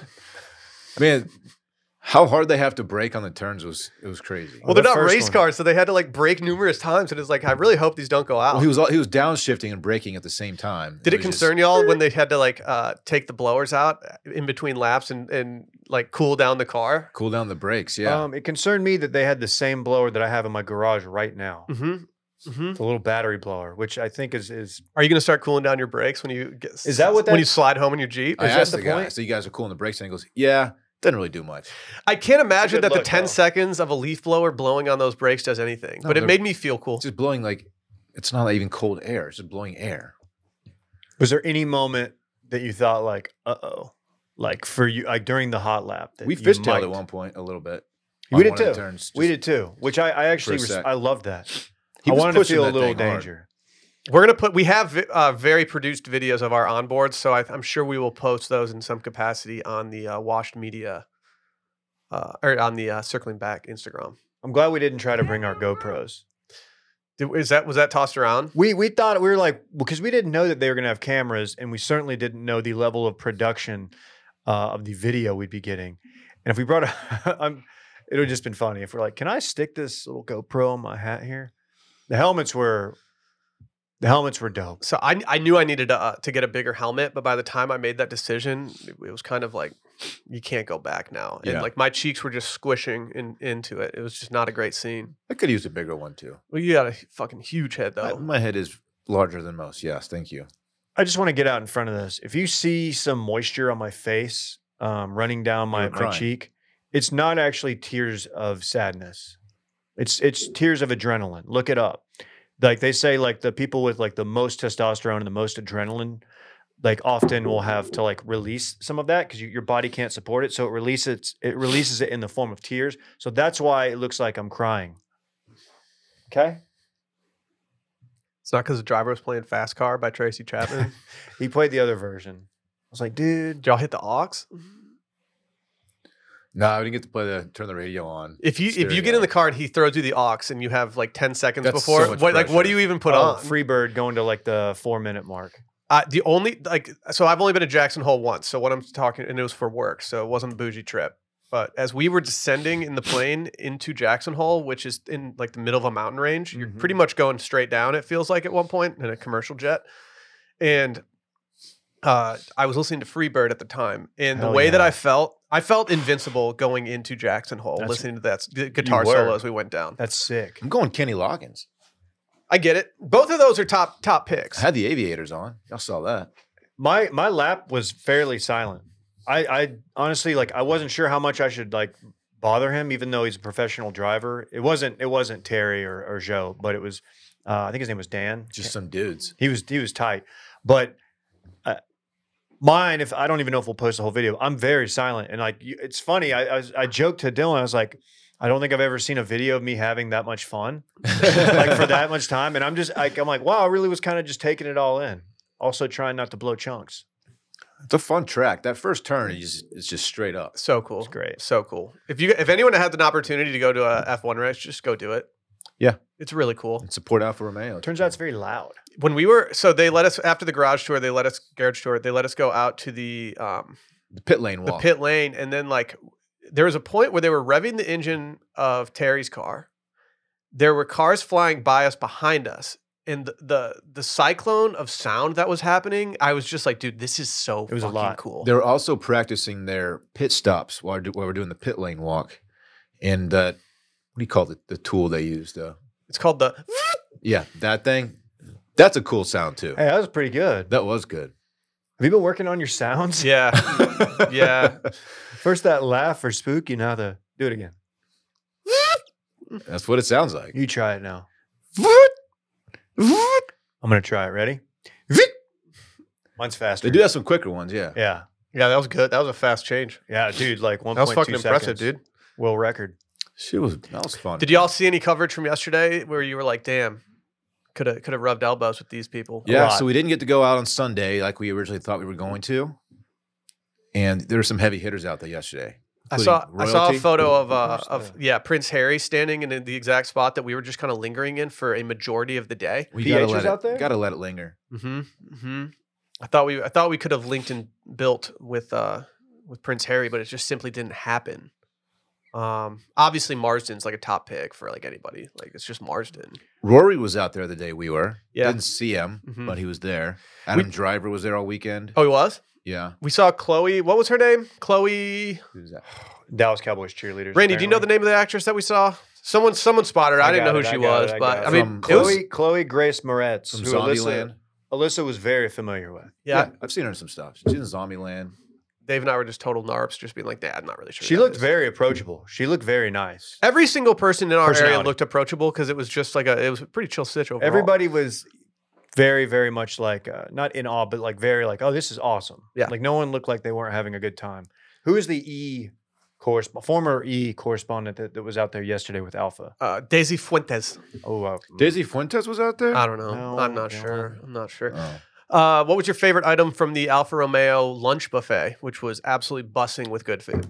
S3: man, how hard they have to brake on the turns was it was crazy.
S1: Well,
S2: The
S1: they're not
S2: first
S1: race
S2: one.
S1: cars, so they had to like break numerous times, and it's like I really hope these don't go out.
S3: Well, he was all, he was downshifting and braking at the same time.
S1: Did it
S3: was just-
S1: concern y'all when they had to like uh, take the blowers out uh, in between laps and, and like cool down the car?
S3: cool down the brakes? Yeah,
S2: Um, it concerned me that they had the same blower that I have in my garage right now.
S1: Mm-hmm. Mm-hmm.
S2: The little battery blower, which I think is is
S1: Are you going to start cooling down your brakes when you get?
S2: Is that what
S1: when
S2: that-
S1: you slide home in your jeep?
S3: I
S2: is that
S3: asked
S2: the
S3: the, guy.
S2: point?
S3: So you guys are cooling the brakes, and he goes, "Yeah, doesn't really do much."
S1: I can't imagine
S2: good
S1: that the
S2: look,
S1: ten
S2: though.
S1: seconds of a leaf blower blowing on those brakes does anything,
S3: No,
S1: but it
S3: they're-
S1: made me feel cool.
S3: It's just blowing like it's not even cold air. It's just blowing air.
S2: was there any moment that you thought like, uh oh, like for you like during the hot lap that
S3: We
S2: you
S3: fishtailed
S2: might-
S3: at one point a little bit.
S2: We
S3: on
S2: did
S3: one of the
S2: too.
S3: turns,
S2: We
S3: just-
S2: did too, which I, I actually res-
S3: sec.
S2: I love that.
S3: He
S2: I
S3: was
S2: wanted to
S3: pushing
S2: feel a
S3: that
S2: little
S3: thing hard.
S2: danger.
S1: We're gonna put we have vi- uh, very produced videos of our onboards, so I, I'm sure we will post those in some capacity on the uh, Washed Media uh, or on the uh, Circling Back Instagram.
S2: I'm glad we didn't try to bring our GoPros.
S1: Did, is that was that tossed around?
S2: We we thought we were like because we didn't know that they were going to have cameras, and we certainly didn't know the level of production uh, of the video we'd be getting. And if we brought, a, I'm, it would have just been funny if we're like, can I stick this little GoPro on my hat here? The helmets were, the helmets were dope.
S1: so I, I knew I needed to, uh, to get a bigger helmet, but by the time I made that decision, it, it was kind of like you can't go back now, and
S3: Yeah.
S1: like my cheeks were just squishing in, into it. It was just not a great scene.
S3: I could use a bigger one too.
S1: Well, you got a fucking huge head
S3: My,
S1: though.
S3: my head is larger than most. Yes, thank you.
S2: I just want to get out in front of this. If you see some moisture on my face um, running down my,
S3: were
S2: my
S3: crying.
S2: cheek, it's not actually tears of sadness. It's it's tears of adrenaline. Look it up. Like they say, like the people with like the most testosterone and the most adrenaline, like often will have to like release some of that because you, your body can't support it. So it releases it releases it in the form of tears. So that's why it looks like I'm crying. Okay.
S1: it's not because the driver was playing Fast Car by Tracy Chapman.
S2: He played the other version. I was like, dude.
S1: Did y'all hit the aux?
S3: No, I didn't get to play the turn the radio on.
S1: If you if you get
S3: Stereo.
S1: in the car and he throws you the aux and you have like ten seconds
S3: That's so
S1: before,
S3: much
S1: what like what do
S3: pressure.
S1: you even put
S2: oh,
S1: on?
S2: Freebird going to like the four minute mark.
S1: Uh, the only like so I've only been to Jackson Hole once. So what I'm talking and it was for work, so it wasn't a bougie trip. But as we were descending in the plane into Jackson Hole, which is in like the middle of a mountain range, you're
S2: Mhm.
S1: pretty much going straight down. It feels like at one point in a commercial jet, and uh, I was listening to Freebird at the time, and the
S2: Hell
S1: way that
S2: yeah.
S1: I felt, I felt invincible going into Jackson Hole,
S2: That's-
S1: listening to that s- the guitar
S2: were.
S1: solo as we went down.
S2: That's sick.
S3: I'm going Kenny Loggins.
S1: I get it. Both of those are top top
S3: I
S1: picks.
S3: had the aviators on. Y'all saw that.
S2: My my lap was fairly silent. I I honestly like I wasn't sure how much I should like bother him, even though he's a professional driver. It wasn't it wasn't Terry or, or Joe, but it was uh, I think his name was Dan.
S3: Just some dudes.
S2: He was he was tight, but uh, mine. If I don't even know if we'll post the whole video, I'm very silent and like you, it's funny. I, I was- I joked to Dylan. I was like, I don't think I've ever seen a video of me having that much fun. like for that much time. And I'm just like, I'm like, wow, I really was kind of just taking it all in. Also trying not to blow chunks.
S3: It's a fun track. That first turn is it's just straight up.
S1: So cool.
S2: It's great.
S1: So cool. If you if anyone had an opportunity to go to a F1 race, just go do it.
S3: Yeah.
S1: It's really cool.
S3: And support Alfa Romeo.
S2: Turns out it's very loud.
S1: When we were so they let us after the garage tour, they let us garage tour, they let us go out to the um
S3: the pit lane
S1: the
S3: wall.
S1: pit lane and then like there was a point where they were revving the engine of Terry's car. There were cars flying by us behind us. And the, the the cyclone of sound that was happening, I was just like, dude, this is so
S2: It was a
S1: fucking
S2: lot.
S1: cool.
S3: They were also practicing their pit stops while, do, while we're doing the pit lane walk, and that what do you call it? The tool they used. Uh,
S1: it's called the
S3: yeah, that thing. That's a cool sound too.
S2: Hey, that was pretty good.
S3: That was good.
S2: Have you been working on your sounds?
S1: Yeah. Yeah.
S2: First that laugh for spooky, now the do it again.
S3: That's what it sounds like.
S2: You try it now. I'm gonna try it. Ready? Mine's faster.
S3: They do have some quicker ones, yeah.
S2: Yeah,
S1: Yeah, that was good. That was a fast change.
S2: yeah, dude. Like one.
S1: That was fucking impressive, dude.
S2: Will record.
S3: Shit was that was fun.
S1: Did y'all see any coverage from yesterday where you were like, damn, could have could have rubbed elbows with these people?
S3: yeah,
S2: lot.
S3: so we didn't get to go out on Sunday like we originally thought we were going to. And there were some heavy hitters out there yesterday.
S1: I saw
S3: including
S1: I saw a
S3: royalty.
S1: photo of uh,
S2: Where's
S1: of
S2: that?
S1: yeah Prince Harry standing in the exact spot that we were just kind of lingering in for a majority of the day.
S3: We
S2: PH
S3: gotta
S2: was
S3: let it,
S2: out there?
S3: Gotta let it linger.
S1: Mm-hmm. Mm-hmm. I thought we I thought we could have linked and built with uh with Prince Harry, but it just simply didn't happen. Um, obviously Marsden's like a top pick for like anybody. Like it's just Marsden.
S3: Rory was out there the day we were.
S1: Yeah.
S3: Didn't see him,
S1: Mhm.
S3: but he was there. Adam Driver was there all weekend.
S1: Oh, he was.
S3: Yeah.
S1: We saw Chloe. What was her name? Chloe.
S3: Who was that?
S2: Dallas Cowboys cheerleaders.
S1: Randy, do you know the name of the actress that we saw? Someone someone spotted her. I,
S2: I
S1: didn't know who
S2: got it, I
S1: she
S2: got it,
S1: was,
S2: I
S1: but
S2: got
S1: I
S3: it.
S1: mean,
S3: From
S1: it was,
S2: Chloe Chloe Grace Moretz,
S3: From
S2: who
S3: Zombieland.
S2: Alyssa, Alyssa was very familiar with.
S1: yeah,
S3: I've seen her in some stuff. She's in Zombieland.
S1: Dave and I were just total narps, just being like, Dad, I'm not really sure.
S2: She
S1: who that
S2: looked
S1: is."
S2: very approachable. She looked very nice.
S1: Every single person in our area
S2: Personality.
S1: looked approachable because it was just like a it was a pretty chill sitch overall.
S2: Everybody was very, very much like uh, not in awe, but like very like, oh, this is awesome.
S1: Yeah.
S2: Like no one looked like they weren't having a good time. Who is the E course former E correspondent that, that was out there yesterday with Alpha?
S1: uh, Daisy Fuentes.
S2: Oh, uh,
S3: Daisy Fuentes was out there?
S1: I don't know.
S2: No,
S1: I'm not
S2: no.
S1: sure. I'm not sure.
S3: Oh.
S1: Uh, what was your favorite item from the Alfa Romeo lunch buffet, which was absolutely bussing with good food?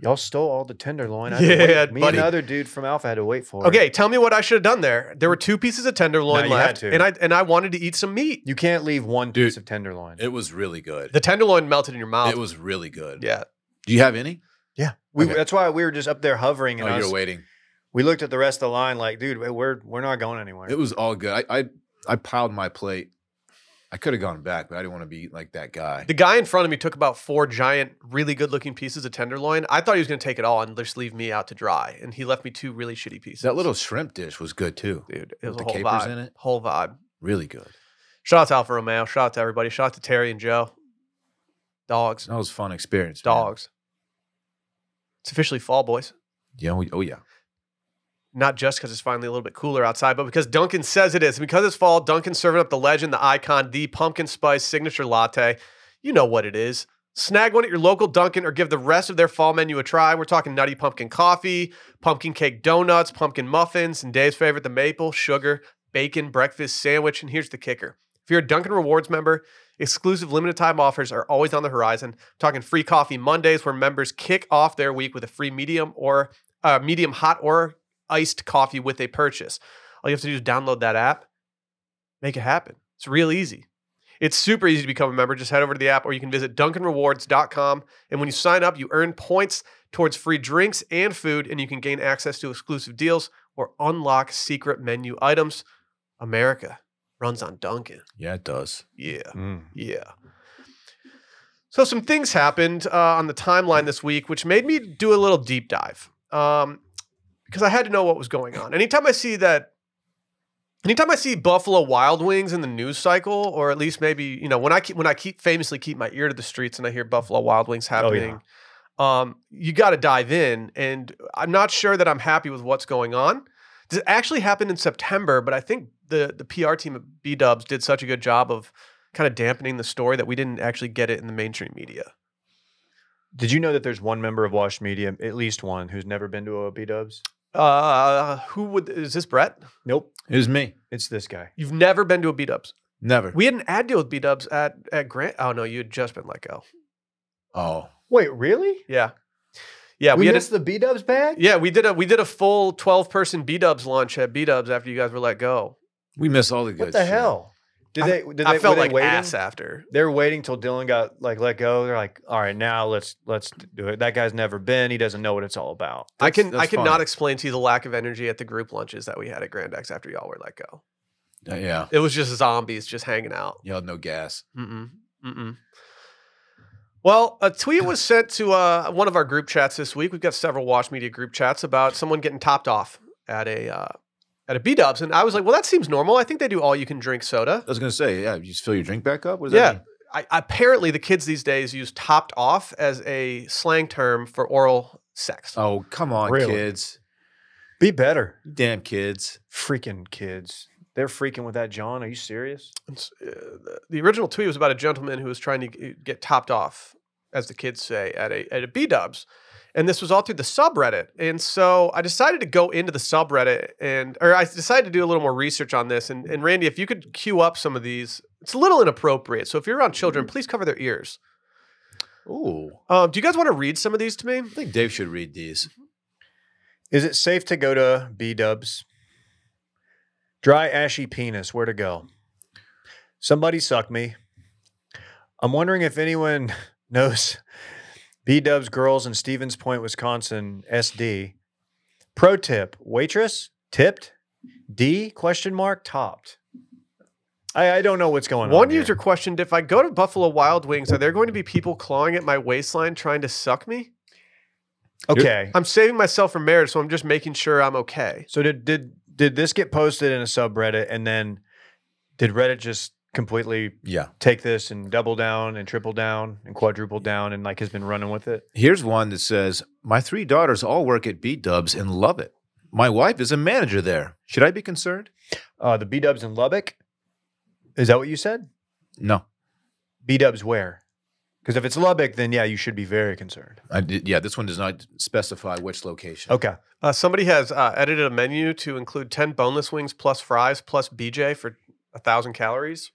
S2: y'all stole all the tenderloin. I
S1: Yeah,
S2: yeah, me
S1: buddy.
S2: and another dude from Alpha had to wait for. it.
S1: Okay, tell me what I should have done there. There were two pieces of tenderloin
S2: No, you
S1: left,
S2: had to.
S1: and I and I wanted to eat some meat.
S2: you can't leave one
S3: Dude.
S2: piece of tenderloin.
S3: It was really good.
S1: The tenderloin melted in your mouth.
S3: It was really good.
S1: yeah.
S3: Do you have any?
S2: yeah, we,
S3: Okay.
S2: that's why we were just up there hovering. And
S3: Oh,
S2: I
S3: you're
S2: was-
S3: waiting.
S2: we looked at the rest of the line like, dude, we're we're not going anywhere.
S3: It was all good. I I, I piled my plate. I could have gone back, but I didn't want to be like that guy.
S1: The guy in front of me took about four giant, really good-looking pieces of tenderloin. I thought he was going to take it all and just leave me out to dry, and he left me two really shitty pieces.
S3: That little shrimp dish was good too.
S1: dude, it was a
S3: with
S1: whole
S3: the capers
S1: vibe.
S3: in it?
S1: Whole vibe.
S3: Really good.
S1: Shout out to Alfa Romeo. Shout out to everybody. Shout out to Terry and Joe. Dogs.
S3: That was a fun experience. man.
S1: Dogs. It's officially fall, boys.
S3: Yeah. We, oh yeah.
S1: Not just because it's finally a little bit cooler outside, but because Duncan says it is. Because it's fall, Duncan's serving up the legend, the icon, the pumpkin spice signature latte. You know what it is. Snag one at your local Dunkin' or give the rest of their fall menu a try. We're talking nutty pumpkin coffee, pumpkin cake donuts, pumpkin muffins, and Dave's favorite, the maple, sugar, bacon breakfast sandwich. And here's the kicker if you're a Dunkin' Rewards member, exclusive limited time offers are always on the horizon. I'm talking free coffee Mondays, where members kick off their week with a free medium or uh, medium hot or iced coffee with a purchase. All you have to do is download that app, make it happen. It's real easy. It's super easy to become a member. Just head over to the app or you can visit dunkinrewards.com. And when you sign up, you earn points towards free drinks and food, and you can gain access to exclusive deals or unlock secret menu items. America runs on Dunkin'.
S3: Yeah, it does.
S1: Yeah.
S2: Mm.
S1: Yeah. So some things happened uh, on the timeline this week, which made me do a little deep dive um, because I had to know what was going on. Anytime I see that, anytime I see Buffalo Wild Wings in the news cycle, or at least maybe you know when I keep, when I keep famously keep my ear to the streets and I hear Buffalo Wild Wings
S2: yeah.
S1: happening, um, you got to dive in. And I'm not sure that I'm happy with what's going on. This actually happened in September, but I think the the PR team at B Dubs did such a good job of kind of dampening the story that we didn't actually get it in the mainstream media.
S2: Did you know that there's one member of Wash Media, at least one, who's never been to a B Dubs?
S1: Uh, who would is this Brett?
S2: Nope.
S3: It was me.
S2: It's this guy.
S1: You've never been to a B Dubs.
S3: Never.
S1: We had an ad deal with B Dubs at at Grant. Oh no, you had just been let go.
S3: oh,
S2: Wait, really?
S1: Yeah, yeah, we,
S2: we
S1: had. A,
S2: missed the B Dubs bag?
S1: yeah, we did a we did a full twelve person B Dubs launch at B Dubs after you guys were let go.
S3: we miss all the good.
S2: What the
S3: shit.
S2: hell? Did
S1: I-
S2: they? Did they?
S1: I felt
S2: were they
S1: like
S2: waiting?
S1: ass after.
S2: They're waiting till Dylan got like let go. They're like, all right, now let's let's do it. That guy's never been. He doesn't know what it's all about.
S1: I
S3: That's-
S1: can I
S3: that's
S1: cannot
S3: fine.
S1: explain to you the lack of energy at the group lunches that we had at Grand X after y'all were let go.
S3: Uh, yeah.
S1: It was just zombies just hanging out.
S3: Yeah. No gas.
S1: Mm-mm. Mm-mm. Well, a tweet was sent to uh, one of our group chats this week. We've got several Wash Media group chats about someone getting topped off at a uh, at a B Dubs, and I was like, "Well, that seems normal. I think they do all you can drink soda."
S3: I was gonna say. Yeah. You just fill your drink back up. What does
S1: Yeah,
S3: that mean?
S1: I, apparently the kids these days use topped off as a slang term for oral sex.
S3: Oh, come on,
S2: Really?
S3: kids.
S2: Be better.
S3: Damn kids.
S2: Freaking kids. They're freaking with that, John. Are you serious?
S1: It's, uh, the- the original tweet was about a gentleman who was trying to g- get topped off, as the kids say, at a at a B Dubs, and this was all through the subreddit. And so I decided to go into the subreddit and, or I decided to do a little more research on this. And and Randy, if you could queue up some of these, it's a little inappropriate. So if you're around children,
S2: Mm-hmm.
S1: please cover their ears.
S3: Ooh.
S1: Um, do you guys want to read some of these to me?
S3: I think Dave should read these.
S2: Is it safe to go to B Dubs? Dry, ashy penis. Where to go? Somebody suck me. I'm wondering if anyone knows B Dubs Girls in Stevens Point, Wisconsin, SD. Pro tip: waitress tipped D question mark topped. I, I don't know what's going on.
S1: One
S2: here.
S1: user questioned if I go to Buffalo Wild Wings, are there going to be people clawing at my waistline trying to suck me?
S2: Okay.
S1: I'm saving myself from marriage, so I'm just making sure I'm okay.
S2: So did did did this get posted in a subreddit and then did Reddit just completely
S3: Yeah.
S2: take this and double down and triple down and quadruple down and like has been running with it?
S3: Here's one that says My three daughters all work at B Dubs and love it. My wife is a manager there. Should I be concerned?
S2: Uh the B dubs in Lubbock? Is that what you said?
S3: No.
S2: B dubs where? Because if it's Lubbock, then yeah, you should be very concerned.
S3: I did, yeah, this one does not specify which location.
S2: Okay.
S1: Uh, somebody has uh, edited a menu to include 10 boneless wings plus fries plus BJ for a 1,000 calories.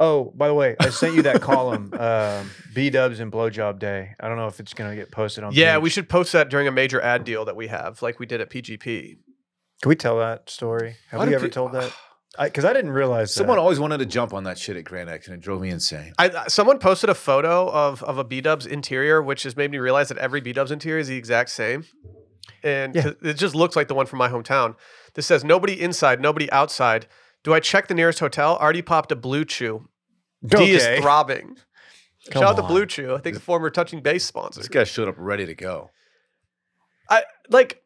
S2: Oh, by the way, I sent you that column, um, B dubs and blowjob day. I don't know if it's gonna get posted on.
S1: Yeah,
S2: page.
S1: we should post that during a major ad deal that we have, like we did at PGP.
S2: can we tell that story? Have
S1: Why
S2: we
S1: do
S2: ever
S1: peo-
S2: told that? Because I, didn't realize that.
S3: Someone always wanted to jump on that shit at Grand X and it drove me insane.
S1: I, uh, someone posted a photo of, of a B Dubs interior, which has made me realize that every B Dubs interior is the exact same. And
S2: Yeah.
S1: 'cause it just looks like the one from my hometown. This says, nobody inside, nobody outside. Do I check the nearest hotel? Already popped a blue chew. D is
S2: Okay.
S1: throbbing.
S2: Come
S1: Shout out to
S2: on.
S1: Blue Chew, I think the former Touching Base sponsor.
S3: This guy showed up ready to go.
S1: like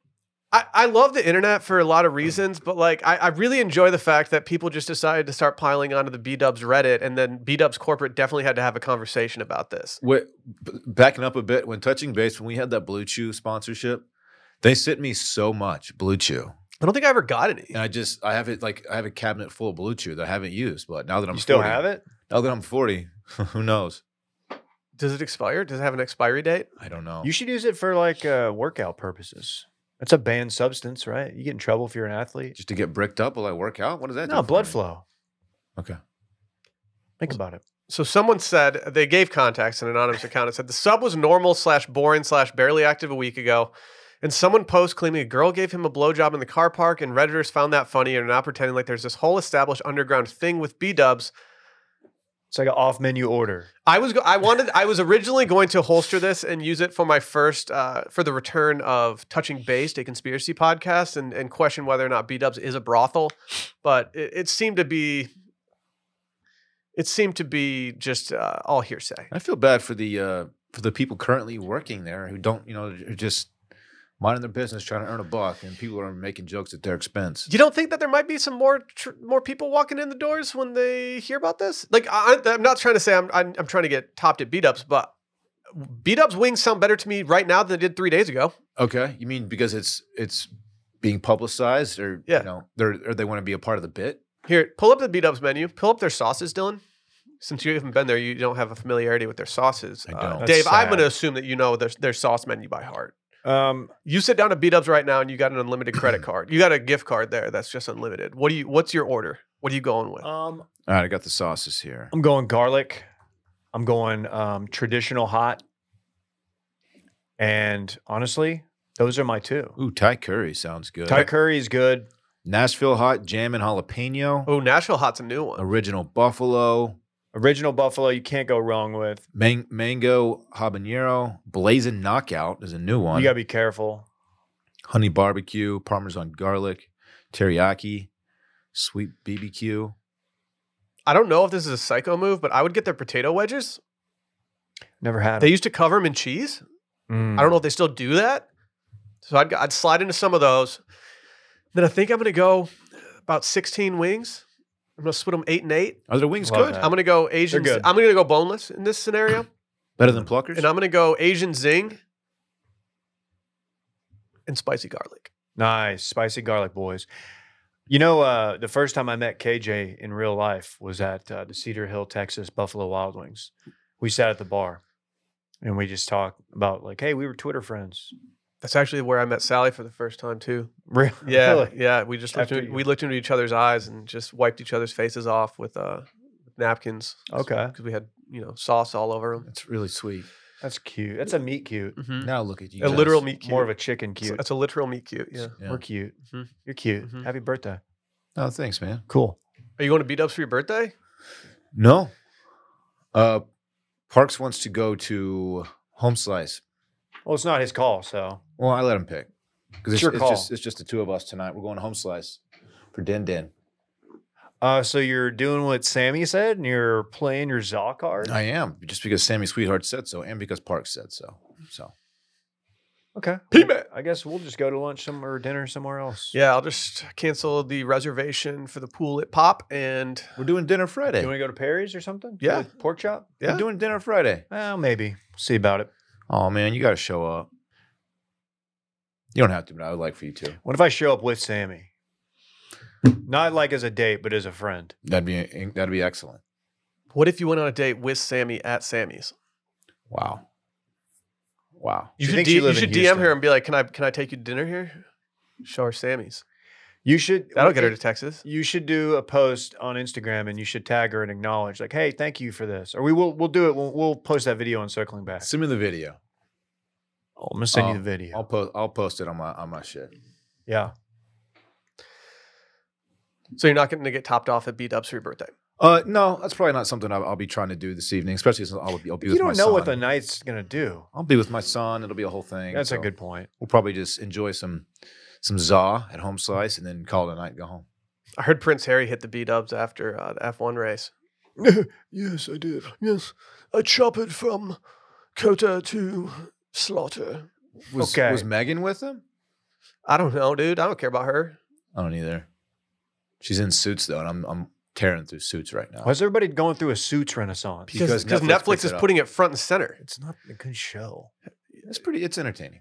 S1: I, I love the internet for a lot of reasons, but like I, I really enjoy the fact that people just decided to start piling onto the B Dubs Reddit, and then B Dubs corporate definitely had to have a conversation about this.
S3: Wait, b- backing up a bit, when touching base, when we had that Blue Chew sponsorship, they sent me so much Blue Chew,
S1: I don't think I ever got any.
S3: and I just I have it like I have a cabinet full of Blue Chew that I haven't used. But now that I'm
S2: you still
S3: 40
S2: have it?
S3: now that Oh, I'm forty, who knows?
S1: Does it expire? Does it have an expiry date?
S3: I don't
S1: Oh.
S3: know.
S2: You should use it for like uh, workout purposes. It's a banned substance, right? You get in trouble if you're an athlete.
S3: just to get bricked up while I work out. What does that? do
S2: No,
S3: for
S2: blood
S3: me?
S2: flow.
S3: Okay.
S2: Think about it.
S1: So someone said they gave contacts an anonymous account. It said the sub was normal slash boring slash barely active a week ago, and someone post claiming a girl gave him a blowjob in the car park, and redditors found that funny and are now pretending like there's this whole established underground thing with B Dubs
S2: It's like an off-menu order.
S1: I was go- I wanted I was originally going to holster this and use it for my first uh, for the return of touching base a conspiracy podcast and and question whether or not B Dubs is a brothel, but it, it seemed to be it seemed to be just uh, all hearsay.
S3: I feel bad for the uh, for the people currently working there who don't you know are just minding their business trying to earn a buck, and people are making jokes at their expense.
S1: You don't think that there might be some more tr- more people walking in the doors when they hear about this? Like I, I'm not trying to say I'm, I'm I'm trying to get topped at B Dubs, but B Dubs wings sound better to me right now than they did three days ago.
S3: Okay, you mean because it's it's being publicized, or
S1: Yeah.
S3: you know, they're or they want to be a part of the bit.
S1: Here, pull up the beat ups menu. Pull up their sauces, Dylan. Since you haven't been there, you don't have a familiarity with their sauces.
S3: I
S1: Uh,
S3: don't.
S2: That's
S1: Dave, I'm
S2: sad.
S1: going to assume that you know their, their sauce menu by heart.
S2: Um,
S1: You sit down at beat ups right now, and you got an unlimited credit card. You got a gift card there that's just unlimited. What do you? What's your order? What are you going with?
S2: um,
S3: All right, I got the sauces here.
S2: I'm going garlic. I'm going um, traditional hot. And honestly, those are my two.
S3: Ooh, Thai curry sounds good.
S2: Thai curry is good.
S3: Nashville hot jam and jalapeno.
S1: oh, Nashville Hot's a new one.
S3: Original buffalo,
S2: Original buffalo, you can't go wrong with.
S3: man- mango habanero, blazing knockout is a new one.
S2: You gotta be careful.
S3: honey barbecue, parmesan garlic, teriyaki, sweet BBQ.
S1: I don't know if this is a psycho move, but I would get their potato wedges.
S2: Never had.
S1: They
S2: it.
S1: used to cover them in cheese.
S2: Mm.
S1: I don't know if they still do that. So I'd, I'd slide into some of those. Then I think I'm going to go about 16 wings. I'm gonna split them eight and eight.
S3: Are their wings
S2: Love
S3: good?
S2: that.
S1: I'm gonna go Asian.
S2: good.
S1: I'm gonna go boneless in this scenario,
S3: Better than Pluckers?
S1: and
S2: um,
S1: I'm gonna go Asian zing and spicy garlic.
S2: Nice, spicy garlic boys. You know, uh, the first time I met KJ in real life was at uh, the Cedar Hill, Texas Buffalo Wild Wings. We sat at the bar and we just talked about like, hey, we were Twitter friends.
S1: That's actually where I met Sally for the first time too.
S2: Really?
S1: Yeah, yeah. We just looked
S2: After
S1: into-
S2: you-
S1: we looked into each other's eyes and just wiped each other's faces off with uh, napkins.
S2: Okay.
S1: because we had you know sauce all over them.
S3: That's really sweet.
S2: That's cute. That's a meat cute.
S3: Now look at you.
S1: A
S3: guys.
S1: literal meat cute.
S2: More of Mm-hmm. a chicken cute.
S1: That's a literal meat cute. Yeah.
S3: Yeah.
S2: We're cute.
S1: Mhm.
S2: You're cute.
S1: Mhm.
S2: Happy birthday.
S3: Oh, thanks, man.
S2: Cool.
S1: Are you going to beat ups for your birthday?
S3: No. Uh, Parks wants to go to Home Slice.
S2: Well, it's not his call, so
S3: Well, I let him pick because
S2: It's
S3: it's,
S2: your
S3: it's
S2: call.
S3: just it's just the two of us tonight. We're going to Home Slice for Din Din.
S2: uh, so you're doing what Sammy said, and you're playing your Zaw card.
S3: I am just because Sammy Sweetheart said so, and because Parks said so. So
S2: Okay.
S1: P-Man.
S2: I guess we'll just go to lunch somewhere or dinner somewhere else.
S1: Yeah, I'll just cancel the reservation for the pool at Pop and
S3: we're doing dinner Friday.
S2: You want to go to Perry's or something? for
S1: Yeah.
S2: the Pork chop?
S1: Yeah.
S3: We're doing dinner Friday.
S2: Well, maybe. See about it.
S3: Oh man, you got to show up. You don't have to, but I would like for you to.
S2: What if I show up with Sammy? Not like as a date, but as a friend.
S3: That'd be that'd be excellent.
S1: what if you went on a date with Sammy at Sammy's?
S3: Wow. Wow.
S1: You
S2: She
S1: should,
S2: thinks
S1: D-
S2: you
S1: you
S2: live in
S1: should DM
S2: Houston.
S1: her and be like, "Can I can I take you to dinner here? Show her Sammy's.
S2: You should
S1: That'll get her to Texas."
S2: You should do a post on Instagram and you should tag her and acknowledge, like, hey, thank you for this. Or we will we'll do it. We'll, we'll post that video on circling back.
S3: Send me the video.
S2: I'm gonna send you
S3: Oh,
S2: the video.
S3: I'll post. I'll post it on my on my shit.
S2: yeah.
S1: So you're not going to get topped off at beat ups for your birthday.
S3: Uh, no, that's probably not something I'll, I'll be trying to do this evening, especially since I'll, be- I'll be
S2: You
S3: with
S2: don't
S3: my
S2: know
S3: son.
S2: what the night's gonna do.
S3: I'll be with my son. It'll be a whole thing.
S2: That's a
S3: so
S2: good point.
S3: We'll probably just enjoy some some za at home slice and then call it a night. and Go home.
S1: I heard Prince Harry hit the beat ups after uh, the F1 race.
S5: yes, I did. Yes, I chop it from Kota to Slaughter.
S3: Was,
S2: Okay.
S3: Was Megan with him?
S1: I don't know, dude. I don't care about her.
S3: I don't either. She's in suits though, and I'm I'm tearing through suits right now.
S2: Why is everybody going through a suits renaissance?
S1: Because
S3: Because Netflix
S1: Netflix,
S3: picks
S1: is
S3: it up.
S1: putting it front and center.
S2: It's not a good show.
S3: It's pretty. It's entertaining,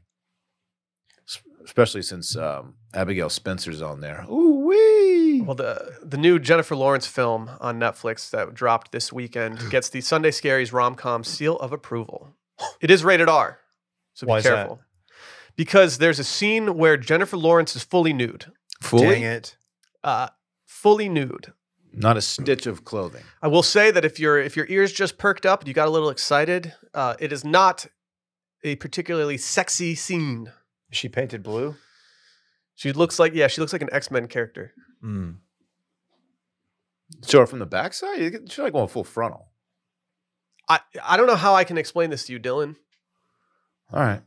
S3: S- especially since um, Abigail Spencer's on there. Ooh wee!
S1: Well, the the new Jennifer Lawrence film on Netflix that dropped this weekend gets the Sunday Scaries rom com seal of approval. It is rated R, so be
S2: Why is that?
S1: careful. Because there's a scene where Jennifer Lawrence is fully nude,
S3: Fully,
S2: Dang it.
S1: uh, fully nude.
S3: not a stitch of clothing.
S1: I will say that if your if your ears just perked up and you got a little excited, uh, it is not a particularly sexy scene.
S2: Is she painted blue?
S1: She looks like yeah, she looks like an X Men character.
S2: Mm.
S3: So from the backside, You get- she's like going full frontal.
S1: I I don't know how I can explain this to you, Dylan.
S3: All right,